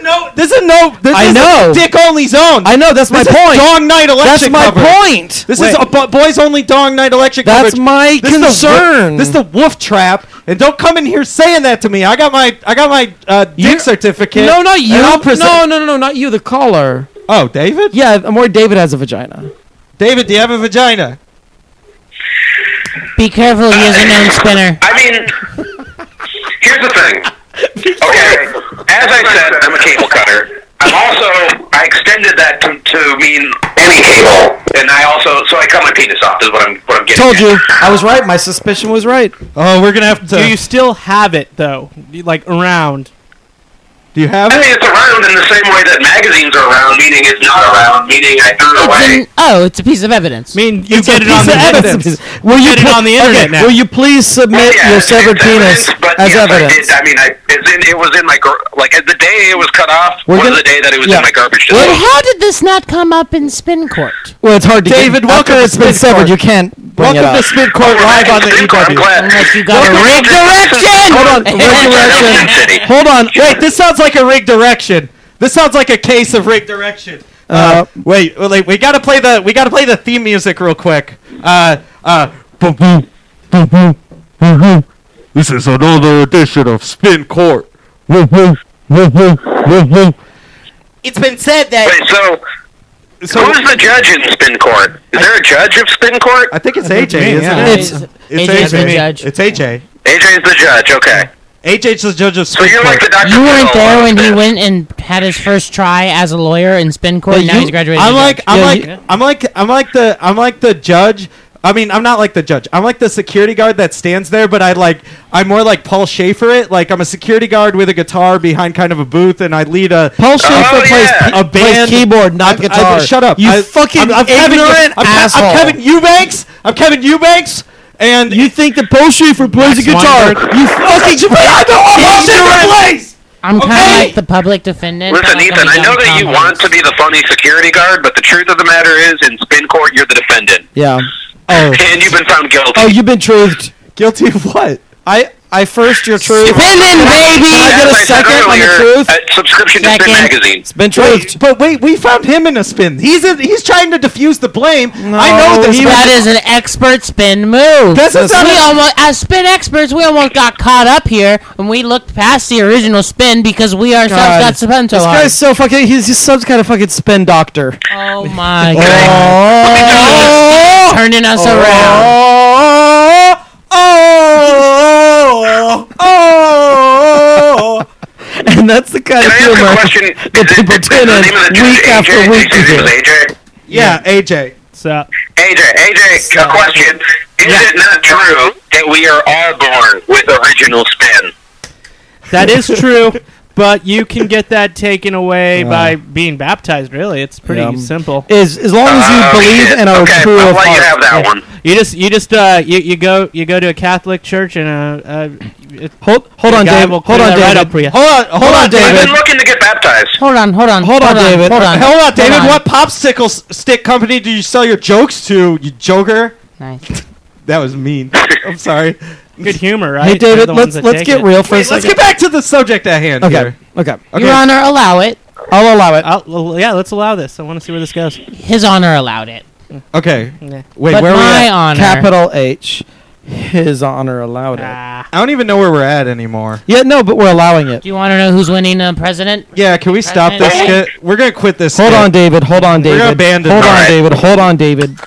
no, this is no. This I is know. Dick only zone. I know. That's my This is point. Dong night That's election. my coverage. point. This is a bo- boys only dong night election That's coverage. my This is the wo- concern. this is the wolf trap, and don't come in here saying that to me. I got my I got my uh, dick You're- certificate. no, not and you. I'll present- no, no, no, no, not you. The caller. Oh, David. Yeah, more David has a vagina. David, do you have a vagina? be careful he is a known spinner I mean, here's the thing. Okay, as I said, I'm a cable cutter. I'm also I extended that to, to mean any cable, and I also so I cut my penis off. Is what I'm what I'm getting. Told at. you. I was right. My suspicion was right. Oh, we're gonna have to. Do you still have it though? You- Like around? do you have it? I mean, it's around in the same way that magazines are around, meaning it's not around, meaning I threw it away. it's an, oh it's a piece of evidence I mean, you It's a get it on piece the of internet. evidence. Will you Get it pl- on the internet now. Will you please submit Yeah, your it's severed penis evidence, but as yes, evidence? I, did, I mean, I, it's in, it was in my gar- like at the day it was cut off We're gonna- was the day that it was yeah. in my garbage but disposal. how did this not come up in spin court Well, it's hard to David, get. welcome to after it's been Spin severed. Court. You can't bring it Welcome to up. Spin Court We're live on back the in E Spin Court, I'm EW. glad. unless you got a rigged Direction. Hold on. Welcome to Rigged Ocean City. direction. Hold on. Wait, this sounds like a rigged direction. This sounds like a case of rigged direction. Uh, wait, wait, we gotta play the we gotta play the theme music real quick. Uh, uh, This is another edition of Spin Court. It's been said that Wait, so, who's the judge in spin court? Is there a judge of spin court? I think it's I think AJ, me, isn't yeah. it? AJ It's AJ is the judge. It's AJ. AJ's the judge. Okay. AJ's the judge of So Spin you're like Court. the Dr. You weren't Phil there of when he spin. went and had his first try as a lawyer in spin court. Yeah, now you- he's graduated. I'm to like, judge. I'm E Yeah, like, you- I'm like, I'm like the, I'm like the judge. I mean, I'm not like the judge. I'm like the security guard that stands there, but I like, I'm more like Paul Schaefer. It like I'm a security guard with a guitar behind kind of a booth, and I lead a Paul Schaefer plays, yeah. a A plays band- keyboard, not I've- I've- guitar. shut up! You I- fucking I'm, I'm Kevin, ignorant I'm, Ke- asshole. I'm Kevin Eubanks. I'm Kevin Eubanks, and you think that Paul Schaefer plays a guitar? You fucking I don't want Paul Schaefer plays. I'm kind of Okay. like the public defendant. Listen, Like, I'm Ethan, I John know that you Tom want Hanks. to be the funny security guard, but the truth of the matter is, in spin court, you're the defendant. yeah. Oh, And you've been found guilty. oh, you've been truthed. Guilty of what? I, I first your truth. Women, As baby. get a I said second on the earlier, truth? uh, subscription to Spin Second. Magazine. It's been Wait, truthed. but wait, we found him in a spin. He's a, he's trying to diffuse the blame. I know this. he but- That is an expert spin move. This is not we a- almost, as spin experts, we almost got caught up here and we looked past the original spin because we ourselves God. got spun so This hard. guy's so fucking. He's, he's some kind of fucking spin doctor. Oh my Okay. god. Oh. Turning us around. Oh, oh, oh. And that's the kind Can of I ask a humor. question? the Is it- people is tune the in name of the week judge after AJ? week Did you say to his name was yeah, AJ. so AJ. AJ, AJ, a question. Is it not true that we are all born with original spin? that is true. But you can get that taken away by being baptized. Really, it's pretty Yeah. simple. Is as long as you Oh, believe shit. and are okay, true I'll of let you have heart. that one. You just you just uh you, you go you go to a Catholic church and uh, uh it- Hold, hold the on, guy David. will Hold on, clear that David. right up for you. Hold on, hold on, I've David. been looking to get baptized. Hold on, hold on, Hold on, David. Hold on, Hold on, David. Hold on. What popsicle s- stick company do you sell your jokes to? You joker. Nice. That was mean. I'm sorry. good humor, right? Hey, They're David. the Let's ones that let's take get it. real for a Wait, let's second. get back to the subject at hand. Okay, here. okay. Okay. Your Honor, allow it. I'll allow it. I'll, well, yeah, let's allow this. I want to see where this goes. His Honor allowed it. Okay. Yeah. Wait, but where are we my at? Honor. Capital H. His honor allowed it. Ah, I don't even know where we're at anymore. Yeah, no, but we're allowing it. Do you want to know who's winning the president? Yeah, can we stop this? Hey. Get- we're gonna quit this. Hold skit. on, David. Hold on, We're David. gonna abandon hold it. on, Alright. David. Hold on, David.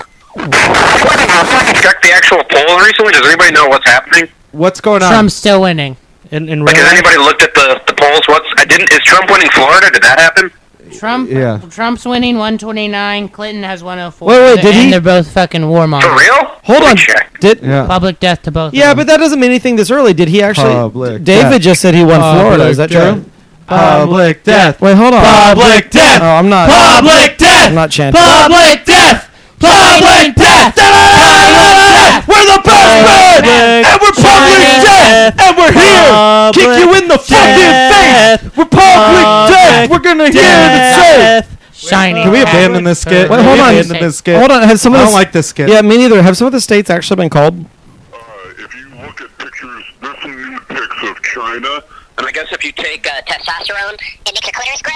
I checked the actual poll recently. Does anybody know what's happening? What's going on? Trump's still winning. in, in Like, real has life, anybody looked at the, the polls? What's I didn't. Is Trump winning Florida? Did that happen? Trump. Yeah. Trump's winning 129. Clinton has 104. Wait, wait, They're- did and he- They're both fucking war For mongers. real? Hold Let me on. Check. Did Yeah. Public death to both. yeah, of them. but that doesn't mean anything this early. Did he actually? Public David death. just said he won Florida. Is that Public true? Um, Public death. Wait, hold on. Public death. No, I'm not. Public death. I'm not chanting. Public death. Public death! death. We're the best men, and we're public death, and we're here. Kick you in the fucking death. face. We're public death. We're gonna hear and say. Death. Shiny. Can we abandon this skit? Wait, Can hold we on. Abandon this skit. Hold on. Has some I of don't the- like this skit. Yeah, me neither. Have some of the states actually been called? if you look at pictures, there's some new pics of China. And Um, I guess if you take uh, testosterone, it makes your clitoris grow.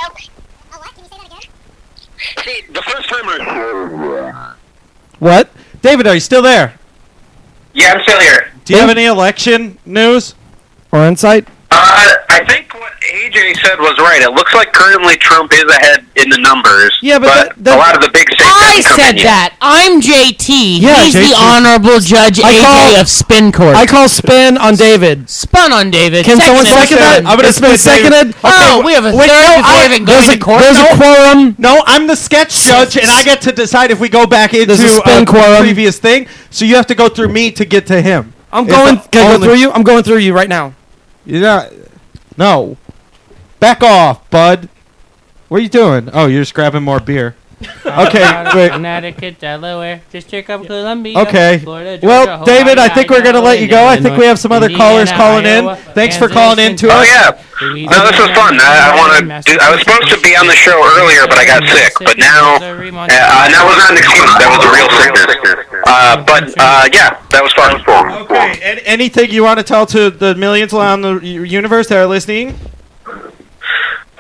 Oh, what? Can you say that again? See, the first time I. What? David, are you still there? Yeah, I'm still here. Do you have any election news? Or insight? Uh, I think what AJ said was right. It looks like currently Trump is ahead in the numbers. Yeah, but that- that- a lot of the big states. I haven't come said in yet. that. I'm JT. Yeah, He's JT. the honorable judge I AJ call- of Spin Court. I call spin on David. Spun on David. Can someone Seconded. second that? I'm gonna It's been spin David. seconded. Oh, we have a third before I- even there's going a, to court. There's a quorum. No, I'm the sketch judge, and I get to decide if we go back into There's a spin quorum. previous thing. So you have to go through me to get to him. I'm It's going. the Can I go only- through you? I'm going through you right now. You're not. No. Back off, bud. What are you doing? Oh, you're just grabbing more beer. Okay, wait. Connecticut, Delaware, District of Columbia. Okay. Florida, Georgia, Well, Hawaii, David, I think we're going to let you go. I Illinois, think we have some other Indiana, callers calling in. Iowa, Thanks for Kansas, calling in to Oh us. yeah. No, this was fun. I, I want to. I was supposed to be on the show earlier, but I got sick. But now, uh, that was not an excuse. That was a real sickness. Uh, but uh, yeah, that was fun. Okay, an- anything you want to tell to the millions around the u- universe that are listening?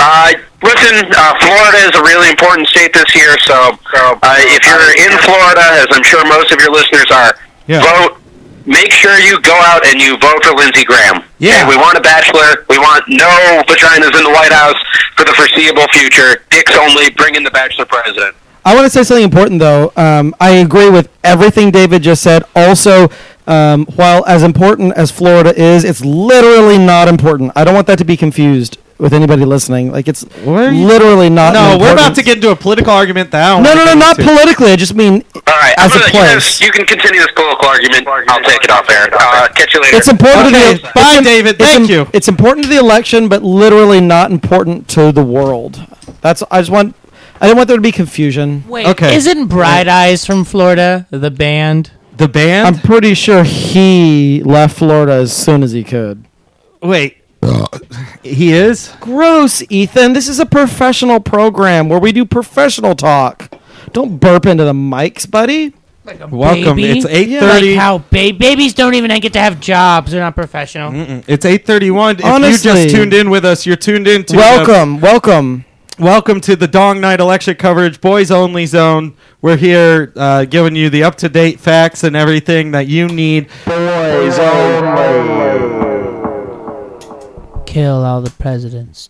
Uh, listen, uh, Florida is a really important state this year, so uh, if you're in Florida, as I'm sure most of your listeners are, Yeah. vote make sure you go out and you vote for Lindsey Graham. Yeah. Okay, we want a bachelor. We want no vaginas in the White House for the foreseeable future. Dicks only. Bring in the bachelor president. I want to say something important, though. Um, I agree with everything David just said. Also, um, while as important as Florida is, it's literally not important. I don't want that to be confused with anybody listening. Like, it's you- literally not. no, an we're about important- to get into a political argument now. Uh, No, no, no, not politically. I just mean as a place. You can continue this political argument. I'll take it off air. Uh, catch you later. It's important to the bye, it's im- David. it's Thank im- you. It's important to the election, but literally not important to the world. That's I just want. I didn't want there to be confusion. Wait, isn't Bright Eyes from Florida the band? The band? I'm pretty sure he left Florida as soon as he could. Wait. he is? Gross, Ethan. This is a professional program where we do professional talk. Don't burp into the mics, buddy. Welcome. Baby? It's eight Like thirty. how ba- babies don't even get to have jobs; they're not professional. it's eight thirty-one. If you Honestly. just tuned in with us, you're tuned in to uh, the- Welcome, welcome. welcome to the Dong Night election coverage, boys only zone. We're here uh, giving you the up-to-date facts and everything that you need. Boys only. Kill all the presidents.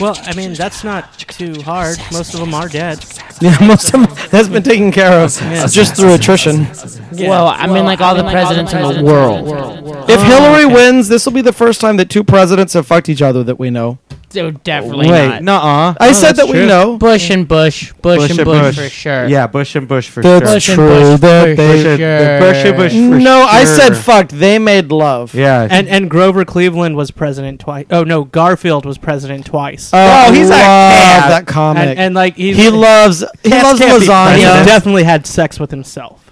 Well, I mean, that's not too hard. Most of them are dead. Yeah, most of that's been taken care of just through attrition. Well, I mean, like all the presidents in the world. Oh, If Oh, Hillary wins, this will be the first time that two presidents have fucked each other that we know. So definitely Wait, not. Nuh-uh. I No, said Oh, that's that we true. know. Bush and Bush, Bush, and Bush, for sure. Yeah, Bush and Bush for That's sure. Bush and true. Bush that they- for Bush and- sure. Bush and Bush for no, I sure. said fucked. They made love. Yeah. And and Grover Cleveland was president twice. Oh no, Garfield was president twice. Oh, he's a love cat. that comic. and, and like he's, he loves he Cats loves can't be lasagna. president. He definitely had sex with himself.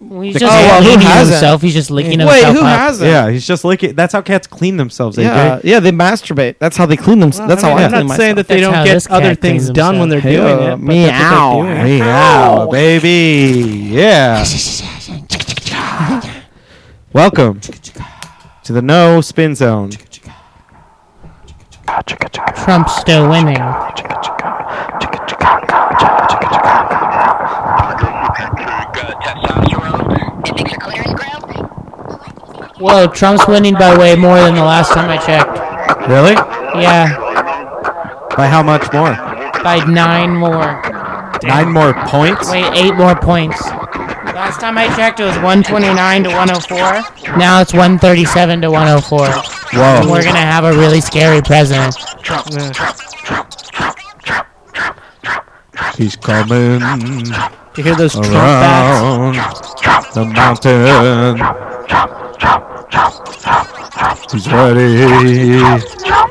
He's just Oh, well, who licking hasn't? himself. He's just Wait, licking himself who up. has it? yeah, he's just licking. That's how cats clean themselves. yeah, AJ. Uh, yeah. They masturbate. That's how they clean themselves. That's I how I am clean not myself. saying that they That's how don't this get cat other things cleans done when they're Hey, doing uh, it. but that's what they're meow. doing. Meow, baby. Yeah. Welcome to the no spin zone. Trump's still winning. Uh, testosterone. It makes your clitoris grow. Whoa, Trump's winning by way more than the last time I checked. Really? Yeah, By how much more? by nine more. Nine more points? Wait, eight more points. Last time I checked, it was 129 to 104. Now it's 137 to 104. Whoa. We're gonna have a really scary president. He's coming You hear those Trump facts? around the mountain. He's ready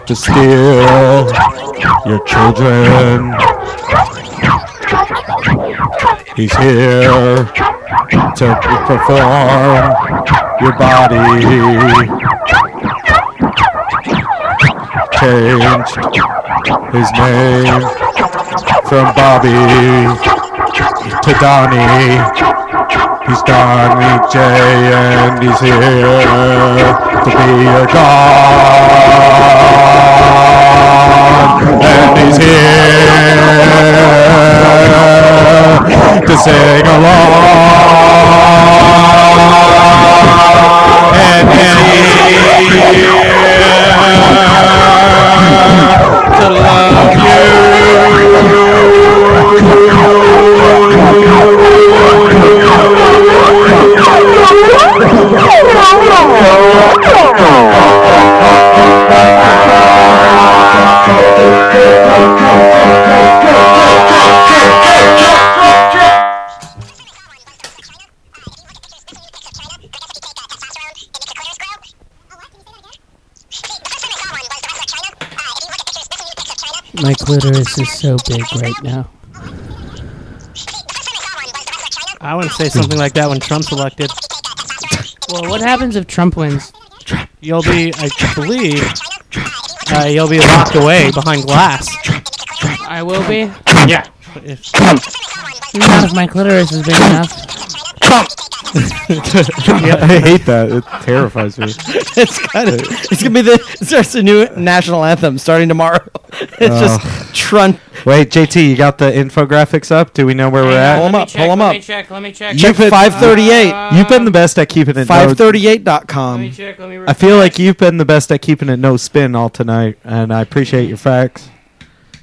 to steal your children. He's here to perform your body. Changed his name from Bobby to Donnie. He's Donnie J, and he's here to be a god. And he's here to sing along. And he's here to My clitoris is so big right now. I wouldn't say something like that when Trump's elected. Well, what happens if Trump wins? You'll be, I believe, uh, you'll be locked away behind glass. I will be. Yeah. If, Not if my clitoris is big enough. Trump, I hate that. It terrifies me. it's kind of it's gonna be the it starts a new national anthem starting tomorrow. It's Oh. just trun. Wait, JT, you got the infographics up? Do we know where we're at? Pull them up. Pull them up. check. Let me check. Check You've been- 538. You've been the best at keeping it. no- 538.com. I feel like you've been the best at keeping it no spin all tonight, and I appreciate your facts.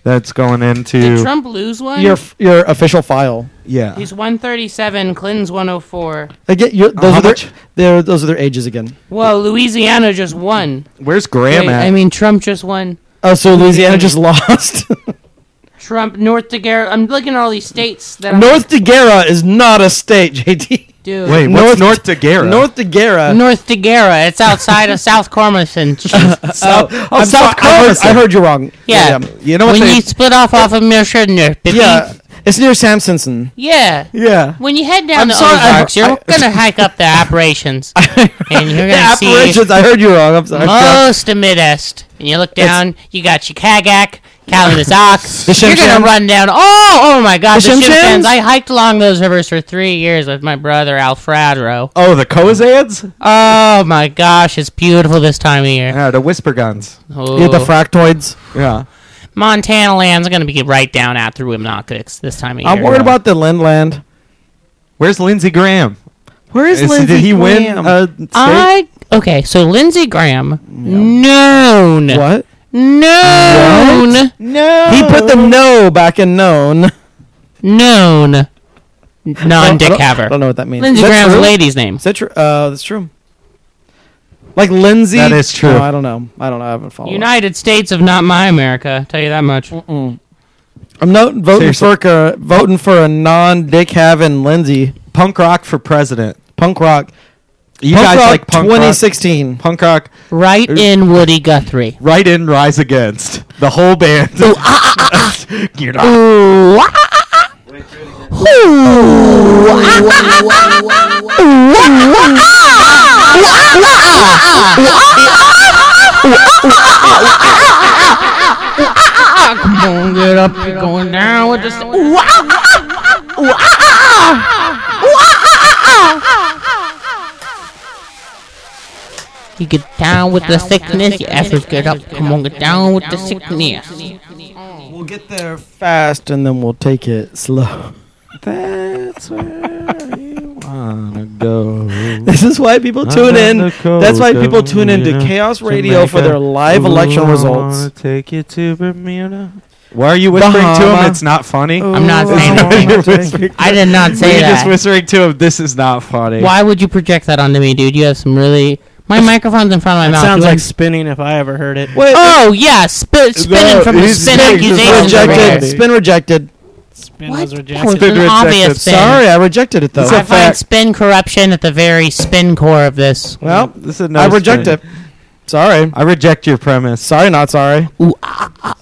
That's going into Did Trump lose one? Your your official file. yeah. He's 137. Clinton's 104. They get your those How are their, much? their those are their ages again. Well, Louisiana just won. Where's Graham Wait, at? I mean, Trump just won. Oh, so Louisiana just lost. Trump, North Daguerre. I'm looking at all these states that I'm North Daguerre is not a state, JT. dude. Wait, what's North Daguerre? North Daguerre. North Daguerre. It's outside of South Cormerson. South, oh, I'm sorry, I heard- South Carolina. I heard you wrong. Yeah. you know what when they you split off off of Milchner, baby. Yeah. It's near Sam Simpson. Yeah. yeah. When you head down I'm the sorry, I- Ozarks, you're I- gonna hike up the operations, and you're The gonna see apparitions. I heard you wrong. I'm sorry. most of Midest. And you look down, you got Chicagac, Kalamazoo. you're Shimshan. gonna run down. Oh, oh my God, The the, Shimshans? Shimshans. I hiked along those rivers for three years with my brother Alfredo. Oh, the Coazads? Oh my gosh, it's beautiful this time of year. Yeah, the Whisper Guns. Oh. You get the fractoids. Yeah. Montana land's gonna be right down after Wimnockix this time of year. I'm worried about the Lindland. Where's Lindsey Graham? Where is, Is- Lindsey did he Graham? win? Uh, state? I okay, so Lindsey Graham, known, what? known, no. He put the no back in known. known, non-dick I haver. don't know what that means. Lindsey Is that Graham's true? lady's name. Is that true? Uh, that's true. Like Lindsay. That is true. No, I don't know. I don't know. I haven't followed. United States of not my America. Tell you that much. I'm not voting Seriously. for a, voting for a non-dick having Lindsay punk rock for president. punk rock. You punk guys rock like punk rock? 2016. Punk rock, Right in Woody Guthrie. right in, rise against the whole band. ah, You're not- Ooh, ah, ah, ah, ah. Ooh, ah, ah, ah, ah, ah. Ooh, ah, ah, ah, ah, ah. Ooh, ah, ah, ah, ah, ah. Ooh, ah, ah, ah, ah, ah. Come on, get up. You're going down with this. Ooh, ah, ah, ah. Ooh, ah, ah, ah. Ooh, ah, ah, ah, ah. You get down with the sickness, your efforts get up. Come on, get down with the sickness. We'll get there fast and then we'll take it slow. That's where you wanna go. This is why people tune in. That's why people tune in to Chaos Radio for their live election results. Take you to Bermuda. Why are you whispering to Bahama. Oh, him? It's not funny. I'm not saying You're anything. whispering- I did not Were say you just that. whispering to him. This is not funny. Why would you project that onto me, dude? You have some really. My microphone's in front of my mouth. Sounds You like wouldn't- spinning if I ever heard it. Wait, Oh yeah, spin, spinning from the he's spin saying just accusations. over rejected. here. Spin rejected. Spin Oh, What? was That was rejected. Spin an obvious rejected. spin. Sorry, I rejected it though. I find spin corruption at the very spin core of this. well, This is another I reject spin. it. Sorry. I reject your premise. Sorry, not sorry. Sounds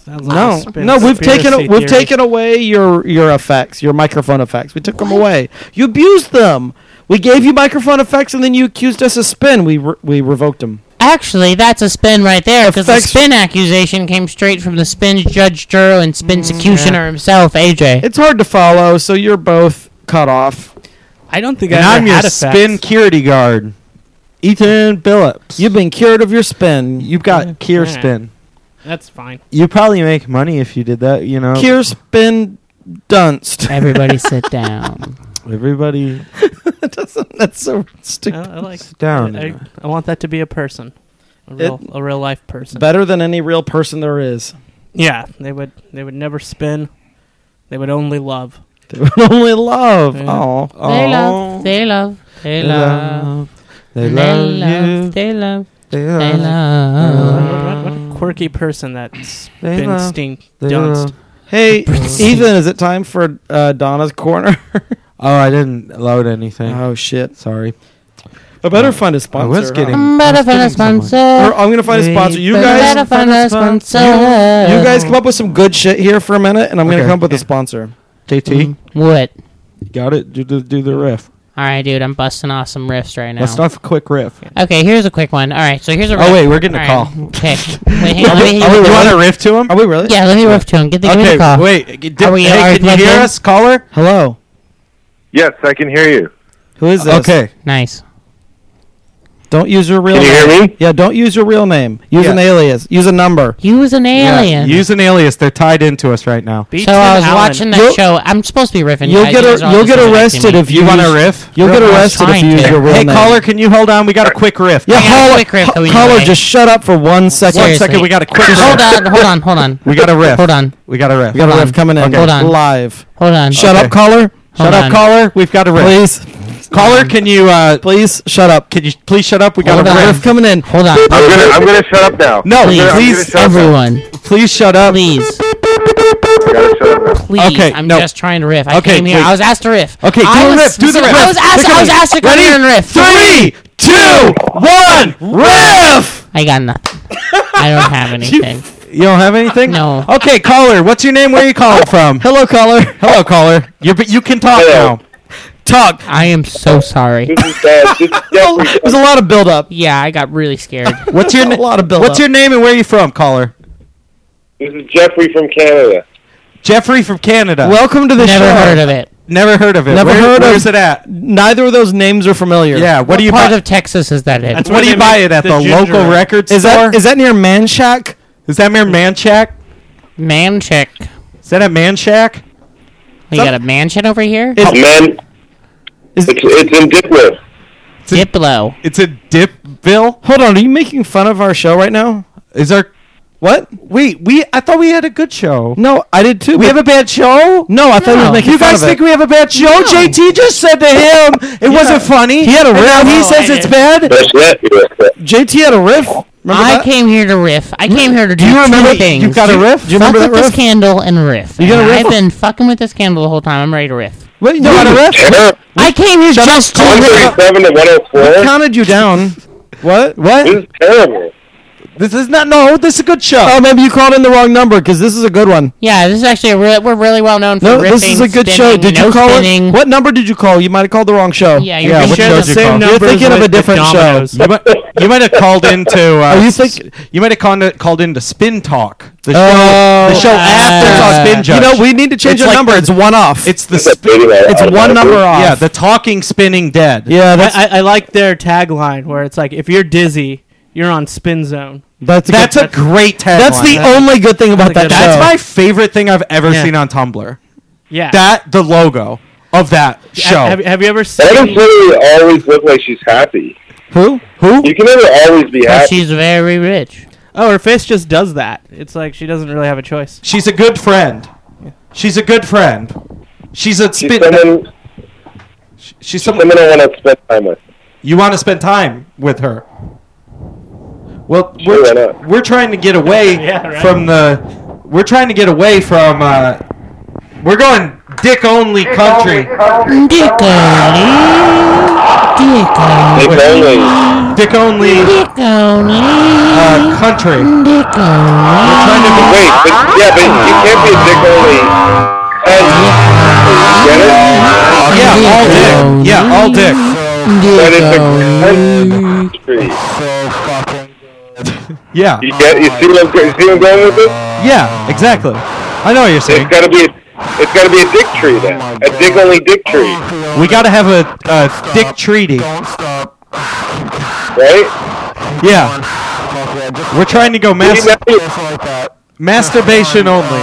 like No, a spin- no, we've conspiracy taken we've theory. taken away your your effects, your microphone effects. We took them away. You abused them. We gave you microphone effects, and then you accused us of spin. We re- we revoked them. Actually, that's a spin right there because the Affects- spin accusation came straight from the spin judge, juror, and spin executioner himself, AJ. It's hard to follow, so you're both cut off. I don't think I And ever I'm your had effects. spin security guard, Ethan Phillips. You've been cured of your spin. You You've Oh, got Kier spin. That's fine. You probably make money if you did that. You know, cure spin dunced. Everybody sit down. everybody That's so I, stupid. I like. sit down. I, I want that to be a person, a real, a real life person. Better than any real person there is. yeah, they would. They would never spin. They would only love. They would only love. Yeah. Oh, They love. They love. They love. They They love you. love. They love. They They love. What- what, what a quirky person that spin love- stink they dunst. love- hey, Ethan, is it time for uh, Donna's corner? Oh, I didn't load anything. oh shit! Sorry. Uh, I better find a sponsor. was getting- I'm better for the sponsor. Or I'm gonna find a sponsor. You Better guys, for the sponsor. you guys come up with some good shit here for a minute, and I'm gonna Okay. come up with a sponsor. JT, What? got it. Do the do the riff. All right, dude. I'm busting off some riffs right now. That's not a quick riff. Okay, here's a quick one. All right, so here's a. Oh, riff. wait, we're getting a All right, call. Okay. Wait, hang on. Let me, Oh, wait, you want to riff to him? Are we really? yeah, let me riff to him. Get the, give me the call. wait. Did, Are we- hey, are we can you plugged hear in? us, caller? Hello. Yes, I can hear you. Who is this? Okay. Nice. Don't use your real Can you name. hear me? Yeah, don't use your real name. Use Yeah. an alias. Use a number. Use an alien. Use an alias. They're tied into us right now. so I was watching that show. I'm supposed to be riffing. You'll guys. get You a- guys are all you'll just get riffing at arrested me. if you You want use- a riff? you'll get I was arrested if trying you use to. your real Hey, name. caller, can you hold on? We got a quick riff. Yeah, caller, ca- caller, just shut up for one second. Seriously. Just Hold on, hold on, hold on. We got a riff. Hold on. We got a riff. We got a Hold riff on. coming in. Okay. Hold on. Live. Hold on. Shut Okay. up, caller. Shut up, on. caller. We've got a riff. Please. Caller, can you uh, please shut up? Can you please shut up? We got Hold a on. riff. Riff coming in. Hold on. I'm gonna, I'm gonna shut up now. No, I'm gonna- I'm gonna please, uh, shut up now. Everyone, please shut up. please, I gotta shut up now. please. Okay, I'm no. just trying to riff. I Okay, came here. wait. I was asked to riff. Okay, do I a was- riff. Do the riff. I was asked. Look at I was me. asked to come Ready? here and riff. Three, two, one, riff. I got nothing. I don't have anything. You don't have anything? No. Okay, caller. What's your name? Where are you calling from? Hello, caller. Hello, caller. You're, but you can talk Hello. now. Talk. I am so sorry. This is bad. This is definitely There's a lot of build up. Yeah, I got really scared. What's your na- A lot of build What's up. your name and where are you from, caller? This is Jeffrey from Canada. Jeffrey from Canada. Welcome to the Never show. heard of it. never heard of it. Never Where- heard of- Where's it at? Neither of those names are familiar. Yeah. What, do you part buy? of Texas is that it? That's what do you Where they buy make it at? the The, ginger local ale. record Is store. that is that near Man Shack? is that mere man shack? Man check. Is that a man shack? We got a mansion over here. It- Oh, man, Is, it's, it's in Diplo. Diplo. It's a Dipville. hold on, are you making fun of our show right now? Is there? What? Wait, we. I thought we had a good show. No, I did too. We have a bad show. no. I thought you No. were making You fun guys of think it. we have a bad show? JT just said to him it wasn't funny. He had a and riff. now he No, says I it's didn't. bad. That's that. JT had a riff. Remember I that? came here to riff. I came here to do, you two remember- you things. got a riff? Do you Fuck remember that with this riff? candle and riff. You gonna And riff? I've been fucking with this candle the whole time. I'm ready to riff. Wait, you got a riff. Terror. I came here just to riff. 137 to 104. Counted you down. what? This What? is terrible. This is not. No, this is a good show. Oh, maybe you called in the wrong number because this is a good one. Yeah, this is actually a real, we're really well known for No, riffing. this is a good show. spinning, Did no you call spinning. it? What number did you call? You might have called the wrong show. Yeah, you're Yeah, yeah, what sure show the did you call? You're thinking of a different show. You might, you might have called into. Uh, Oh, you you think- might have called in- called into Spin Talk. The show. Oh. the show after Uh, Spin Judge. You know, we need to change It's our like number. the- It's one off. it's the. That's Spin, that it's one number off. yeah, the talking spinning dead. yeah. That's I, I, I like their tagline where it's like, if you're dizzy, you're on spin zone. that's a That's good- a great tagline. that's the only good thing about that That's show. That's my favorite thing I've ever Yeah. seen on Tumblr. Yeah. That the logo of that Ha- show. Have, have you ever Adam seen? literally always look like she's happy. who who. You can never always be But happy. she's very rich. Oh, her face just does that. It's like she doesn't really have a choice. She's a good friend. She's a good friend. She's a She's spin. someone, she's someone someone I want to spend time with. you want to spend time with her. Well, Sure, we're, why not? we're trying to get away Yeah, right. from the. We're trying to get away from. Uh, we're going dick only country. Dick Oh If only. Dick only only. uh, country. Dick only. Trying to be- Wait, but, yeah, but you can't be a dick only. cunt. Get it? yeah, all dick. Yeah, all dick. But it's a cunt country. Yeah, You get, you see what I'm, you see what I'm going with this? yeah, exactly. I know what you're It's saying. gotta be, it's gotta be a dick tree then. A dick only dick tree, We got to have a, a dick treaty. right? Yeah, we're trying to go You mas- know, masturbation only.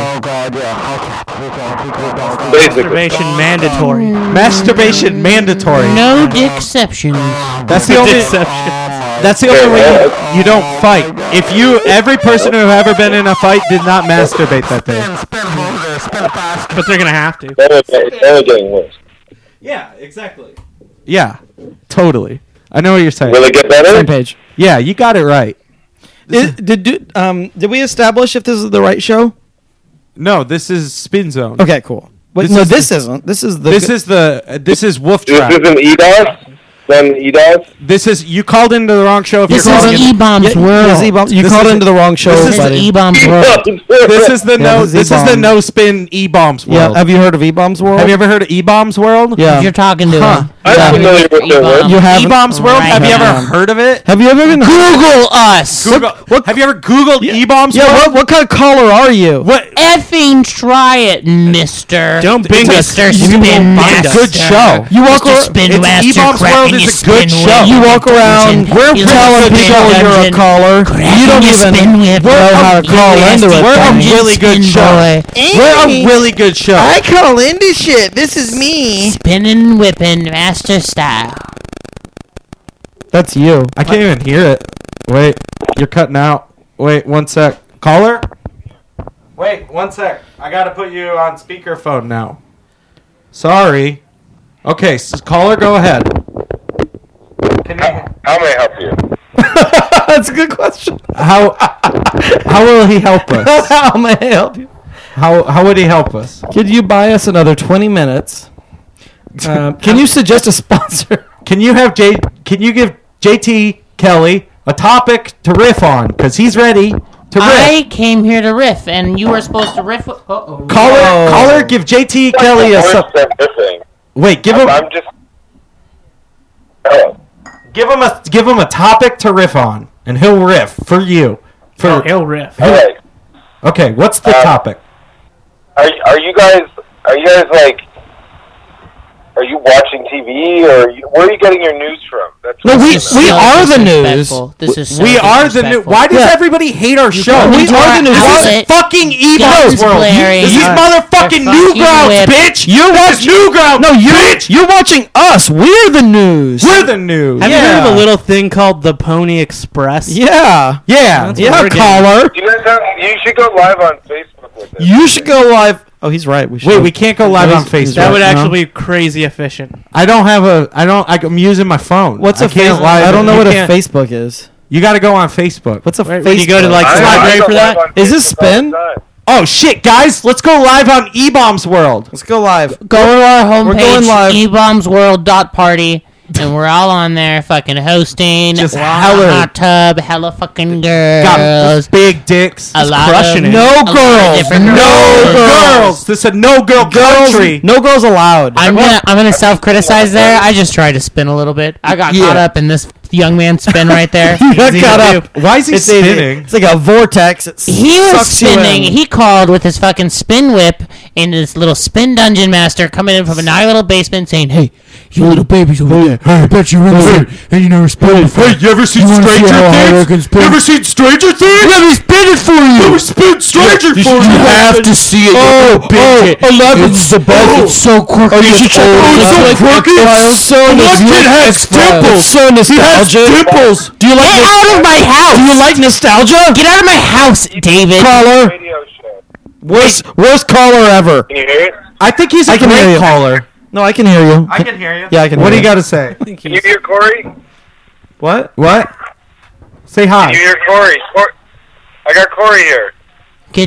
Basically. Masturbation mandatory. Masturbation mandatory. No dickceptions. That's the only. That's the only way you, you don't fight. If you, every person who have ever been in a fight did not masturbate that day. But they're gonna have to. That was, that was getting worse. Yeah, exactly. Yeah, totally. I know what you're saying. Will it get better? Same page. Yeah, you got it right. Did, did do- um did we establish if this is the right show? No, this is spin zone. Okay, cool. But This no, is this isn't. This is the. This good- is the. uh, this is Wolf This E Trap. isn't EDOS? than he does. This is you called into the wrong show. If This you're is calling in- E-Bombs Yeah, world. this is E-Bombs. You This called is- into the wrong show, This is buddy. the E-, E-Bombs world. This is the Yeah, no. this is This is the E-Bombs. no spin E bombs world. Yeah, have you heard of E-Bombs World? Have you ever heard of E bombs world? Yeah. If you're talking to Huh. him. I'm familiar with their You have E bombs world. Have you ever now. heard of it? Have you ever been Google us? Google. have you ever Googled E bombs? Yeah, world? what, what kind of caller are you? What? Effing try it, Mister. Don't bing us. Mister You won't Spin find us. Master. Good show. You You walk walk ar- Mr. Spin it's Master. E-Bombs crap World and is you a good spin show. whip, You walk dungeon. around, we're You telling spin people you're a dungeon. caller. Crap You and don't even spin whip, know dungeon. how to You call nasty into it, We're a dungeon really good spin show. boy. We're a Hey. really good show. I call into shit. This is me. Spinning, whipping, master style. That's you. I can't even hear it. Wait, you're cutting out. Wait, one sec. Caller? Wait, one sec. I gotta put you on speakerphone now. Sorry. Okay, s caller, go ahead. How may I help you? That's a good question. How how will he help us? how may I help you? How how would he help us? Could you buy us another 20 minutes? Um, can you suggest a sponsor? Can you have J? Can you give JT Kelly a topic to riff on? Because he's ready to riff. I came here to riff, and you were supposed to riff. With, oh, Caller, caller, give JT Kelly a sub. Wait, give him. I'm just. uh, Give him a give him a topic to riff on, and he'll riff for you. For he'll Oh, riff. All right. Okay, what's the Uh, topic? Are are you guys are you guys like are you watching TV or you, where are you getting your news from? That's No, we, what I'm we saying. are the news. This is so we are the new. disrespectful. Why does Yeah. everybody hate our You show? can't We do are the that. new. This This is is it. fucking Guns Evil's world. blaring. This is They're motherfucking fucking whipped. Newgrounds, bitch. You're This is watching. Newgrounds. No, you. bitch. You're watching us. We're the news. We're the news. Have you heard of a little thing called the Pony Express? yeah. Yeah. That's what Yeah, we're getting. caller. You guys have, you should go live on Facebook with it. You should go live. Oh, he's right. We should. Wait, we can't go live No, on he's- he's Facebook. That would Right, no. actually be crazy efficient. I don't have a. I don't. I, I'm using my phone. What's I a can't Facebook? live- I don't know you what a can't- Facebook is. You got to go on Facebook. What's a Wait, Facebook? when you go to, like, I- It's not I great go for live that? on Is this Facebook all spin? the time. Oh shit, guys! Let's go live on E Bombs World. Let's go live. Go to our We're going live. homepage, ebombsworld.party, and we're all on there fucking hosting. Just we're all in hella- the hot tub, hella fucking Got girls. Um, big dicks. A lot crushing of, it. No a lot of girls. different No girls. This is a no girl country. No girls allowed. I'm gonna I'm gonna self criticize there. I just tried to spin a little bit. I got Yeah. caught up in this young man spin right there. You got Easy caught to up. do. Why is he It's easy. spinning? It's like a vortex. It He was sucks you in. spinning. He called with his fucking spin whip and his little spin dungeon master coming in from a nice little basement saying, "Hey, you little babies over there, I bet you really spin and you never spin before. Hey, you ever seen wanna see Stranger how hard I can Things? spin? You ever seen Stranger Things? Let me spin it for Let you. me spin Stranger You, for should- you have to see it. Oh, oh, I love it. It's the best. Oh. It's so quirky. Oh, you should check out It's so Xbox. quirky. It's It's so so nostalgic. nostalgic. So He has nostalgic. dimples. Do you like Get out of my house! Do you like oh, nostalgia? Get out of my house, David. caller. Radio show. Worst worst caller ever. Can you hear it? I think he's a I can hear great you. caller. No, I can hear you. hear you. Yeah, I can What do hear you got you. to say? Can you hear Corey? Can what? What? Say hi. you hear Corey? Cor- I got Corey here.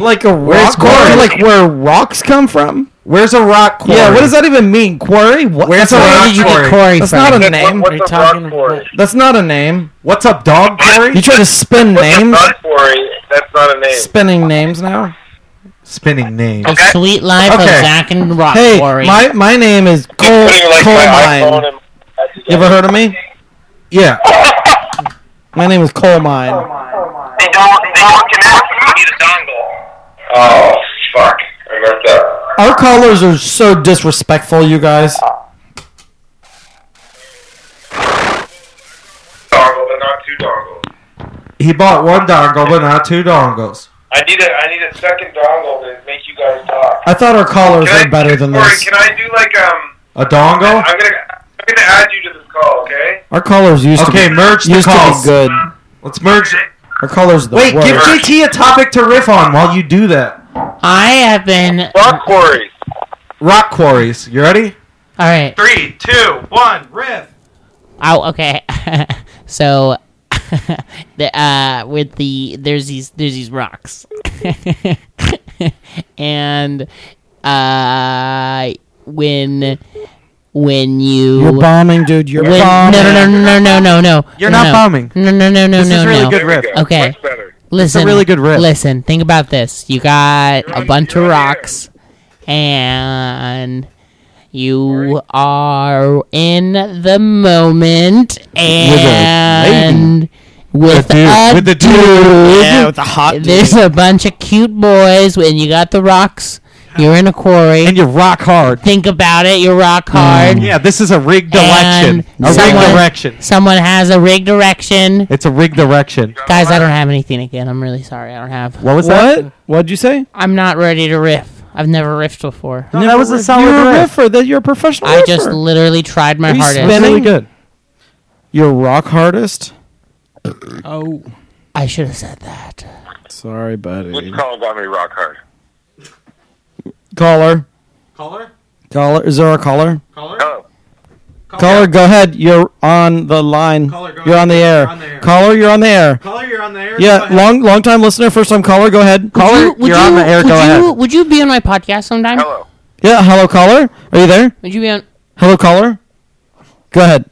Like a Where's rock quarry? Corey? Like where rocks come from? Where's a rock quarry? Yeah, what does that even mean? Quarry? What? Where's that's, a not, rock Did you quarry? get Corey that's from? not a What- name. what's Are you up, Rock talking- Corey? That's not a name. What's up, dog Corey? You try to spin What's names? up, Rock Corey? That's not a name. Spinning names now. Spinning names. The sweet life Okay. of Zach and Rock Hey, Quarry. my my name is Cole Putting, like, Coal my Mine. iPhone and my- You ever heard of me? Yeah. My name is Coal Mine. They don't, they don't connect. You need a dongle. Oh, fuck. I messed up. Our callers are so disrespectful, you guys. Dongle, but not two dongles. He bought one dongle, but not two dongles. I need a, I need a second dongle to make you guys talk. I thought our callers Can I- were better than Corey, this. can I do like, um, A dongle? I'm gonna, I'm gonna add you to this call, okay? Our callers used Okay, to be, merge the used to calls. be good. Let's merge. Our callers are the Wait, worst. give JT a topic to riff on while you do that. I have been. All Rock Quarry. Rock quarries. You ready? right. Three, two, one, riff. Oh, okay. so, the, uh, with the there's these there's these rocks, and uh, when when you You're bombing, dude. You're when, bombing. No, no, no, no, no, no, no. You're no, not no. bombing. No, no, no, no, This no. is really no. good riff. There we go. Okay. Much better. Listen. It's a really good riff. Listen. Think about this. You got a bunch of rocks, and you are in the moment, and with dude. a With the dude. Yeah, with the hot There's dude. a bunch of cute boys, and you got the rocks. You're in a quarry, and you rock hard. Think about it. You rock hard. Yeah, this is a rigged election. A And rigged someone- election. Someone has a rigged erection. It's a rigged erection. Guys, I don't have anything again. I'm really sorry. I don't have. What was What? that? What'd you say? I'm not ready to riff. I've never riffed before. No, that was a solid You're a riff. riffer. That you're a professional. I riffer. just literally tried my Are you hardest. spinning? Really good. You're rock hardest. Oh. I should have said that. Sorry, Which buddy. calls on me rock hard? Caller. Caller? Caller. Is there a caller? Caller? Oh. Caller, go ahead. You're on the line. Caller, go you're on the air. Caller, you're on the air. Caller, you're on the air. Yeah, long long time listener, first time caller. Go ahead. Would you- would you- would you, Would you be on my podcast sometime? Hello. Yeah, hello caller. Are you there? Would you be on? Hello caller. Go ahead.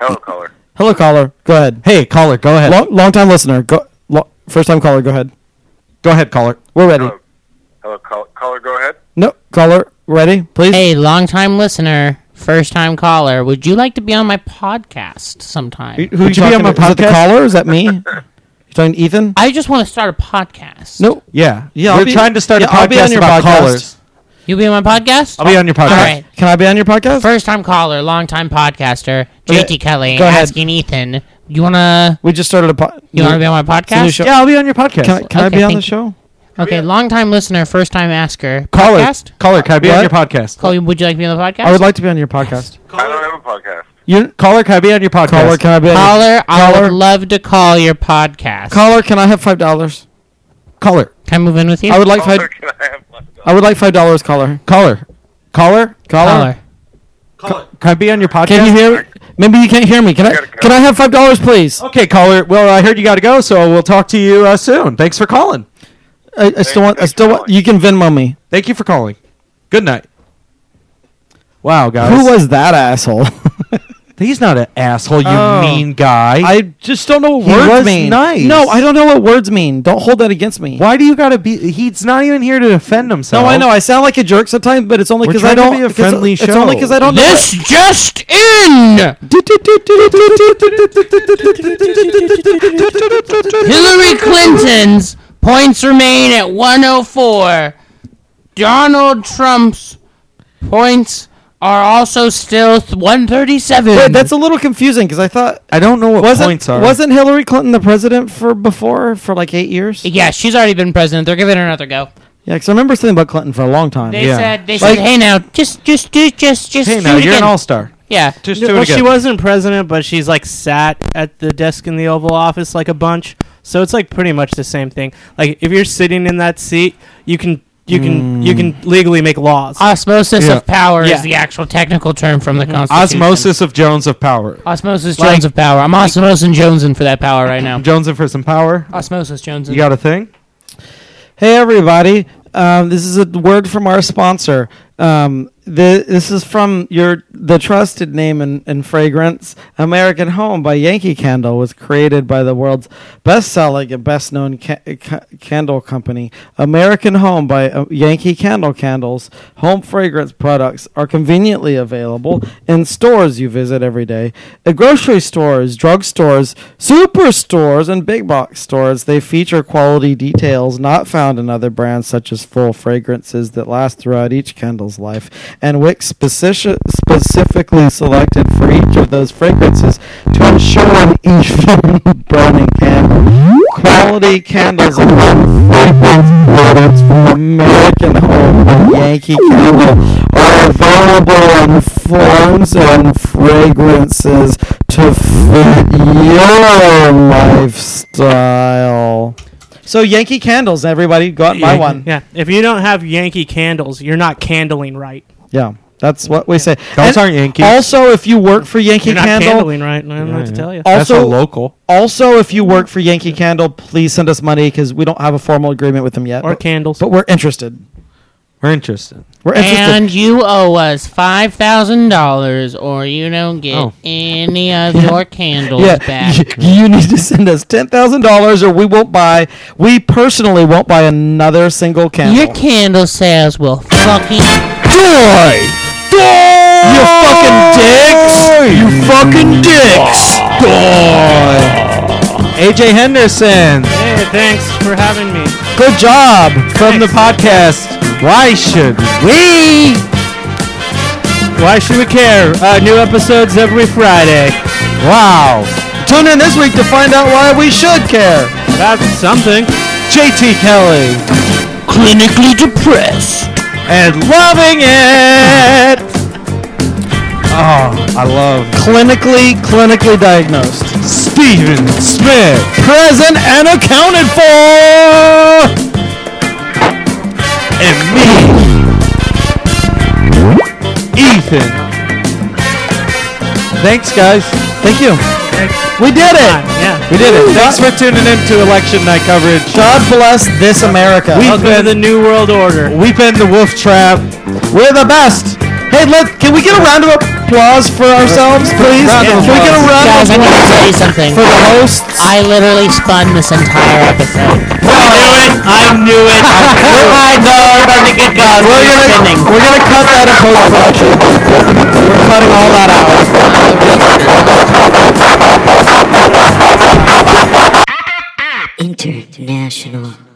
Hello, caller. Hello caller. Go ahead. Hey, caller, go ahead. Long, long time listener. Go lo- first time caller. Go ahead. Go ahead, caller. We're ready. Hello, call, caller, go ahead. No caller. Ready, please. Hey, long time listener, first time caller. Would you like to be on my podcast sometime? Who Would you be on my podcast? Is it the caller? or Is that me? you talking to Ethan? I just want to start a podcast. No. Yeah. Yeah, We're I'll be- trying to start yeah, a I'll be on podcast your about podcast. callers. You'll be on my podcast. I'll be on your podcast. All right. Can I be on your podcast? First time caller, long time podcaster, JT Kelly, Go ahead. asking Ethan, you wanna We just started a podcast. you wanna be on my podcast? Yeah, I'll be on your podcast. Can I, can I Okay, be on thank the you. show? Okay, long time listener, first time asker. Caller. podcast? Caller, can I be on your podcast? Chloe, would you like to be on the podcast? I would like to be on your podcast. I don't have a podcast. You caller, can I be on your podcast? Caller, can I be on caller. your I would caller? love to call your podcast. Caller, can I have five dollars? Caller, can I move in with you? I would like five. I would like five dollars, caller. Caller, caller, caller. Can I be on your podcast? Can you hear? Maybe you can't hear me. Can I? Can I have five dollars, please? Okay, caller. Well, I heard you got to go, so we'll talk to you uh, soon. Thanks for calling. I, I still want. I still want. You can Venmo me. Thank you for calling. Good night. Wow, guys. Who was that asshole? He's not an asshole. You Oh. mean guy. I just don't know what He words was mean. nice. No, I don't know what words mean. Don't hold that against me. Why do you gotta be? He's not even here to defend himself. No, I know. I sound like a jerk sometimes, but it's only We're because I trying don't. to be a 'cause friendly it's show. only because I don't. This just in! Hillary Clinton's points remain at 104. Donald Trump's points are also still th- 137. Wait, that's a little confusing because I thought I don't know what wasn't points are. wasn't Hillary Clinton the president for before for like eight years? yeah, she's already been president. They're giving her another go. Yeah, because I remember something about Clinton for a long time. They yeah. said, they Like- said, hey now, just, just, do, just, just. Hey, do now it you're an again." all star. Yeah. Just do well, it again. she wasn't president, but she's like sat at the desk in the Oval Office like a bunch. So it's like pretty much the same thing. Like if you're sitting in that seat, you can you can Hmm. you can legally make laws. Osmosis Yeah. of power Yeah. is the actual technical term from the Mm-hmm. Constitution. Osmosis of Jones of power. Osmosis Like- Jones of power. I'm Osmosis and Jonesing for that power right now. Jones for some power. Osmosis Jones. You got a thing? Hey, everybody. Um, this is a word from our sponsor. Um, the, this is from your the trusted name and, and fragrance. American Home by Yankee Candle was created by the world's best-selling and best-known ca- ca- candle company. American Home by uh, Yankee Candle Candles home fragrance products are conveniently available in stores you visit every day, at grocery stores, drug stores, superstores, and big box stores. They feature quality details not found in other brands, such as full fragrances that last throughout each candle's life, and wicks speci- specifically selected for each of those fragrances to ensure an even burning candle. Quality candles and home fragrance products from American Home and Yankee Candle are available in forms and fragrances to fit your lifestyle. So Yankee Candles, everybody, go out and buy one. Yeah. If you don't have Yankee candles, you're not candling right. Yeah, that's what we say. Those And aren't Yankees. Also, if you work for Yankee You're not Candle, Oh. candling right. I don't know what to tell you. Also, That's a local. Also, if you work for Yankee Candle, please send us money because we don't have a formal agreement with them yet. Or but- candles. but we're interested. We're interested. We're interested. And you owe us five thousand dollars, or you don't get Oh. any of your candles yeah, back. y- you need to send us ten thousand dollars, or we won't buy. We personally won't buy another single candle. Your candle sales will fucking die. You fucking dicks! You fucking dicks! AJ Henderson. Hey, thanks for having me. Good job from the podcast. Why should we? Why should we care? Uh, new episodes every Friday. Wow. Tune in this week to find out why we should care. That's something. JT Kelly. Clinically depressed. And loving it. Oh, I love. Clinically, clinically diagnosed. Steven Smith. Present and accounted for. and me, Ethan. Thanks, guys. Thank you. We did it. Yeah. We did it. Thanks for tuning in to election night coverage. God bless this America. We've been the New World Order. We've been the Wolf Trap. We're the best. Hey, let can we get a round of applause for ourselves, please? Round of Can we get a round Guys, of I gotta applause? say something. for the hosts. I literally spun this entire episode. I knew it. I know. About to get done. We're gonna, we're gonna cut that in post production. We're cutting all that out. International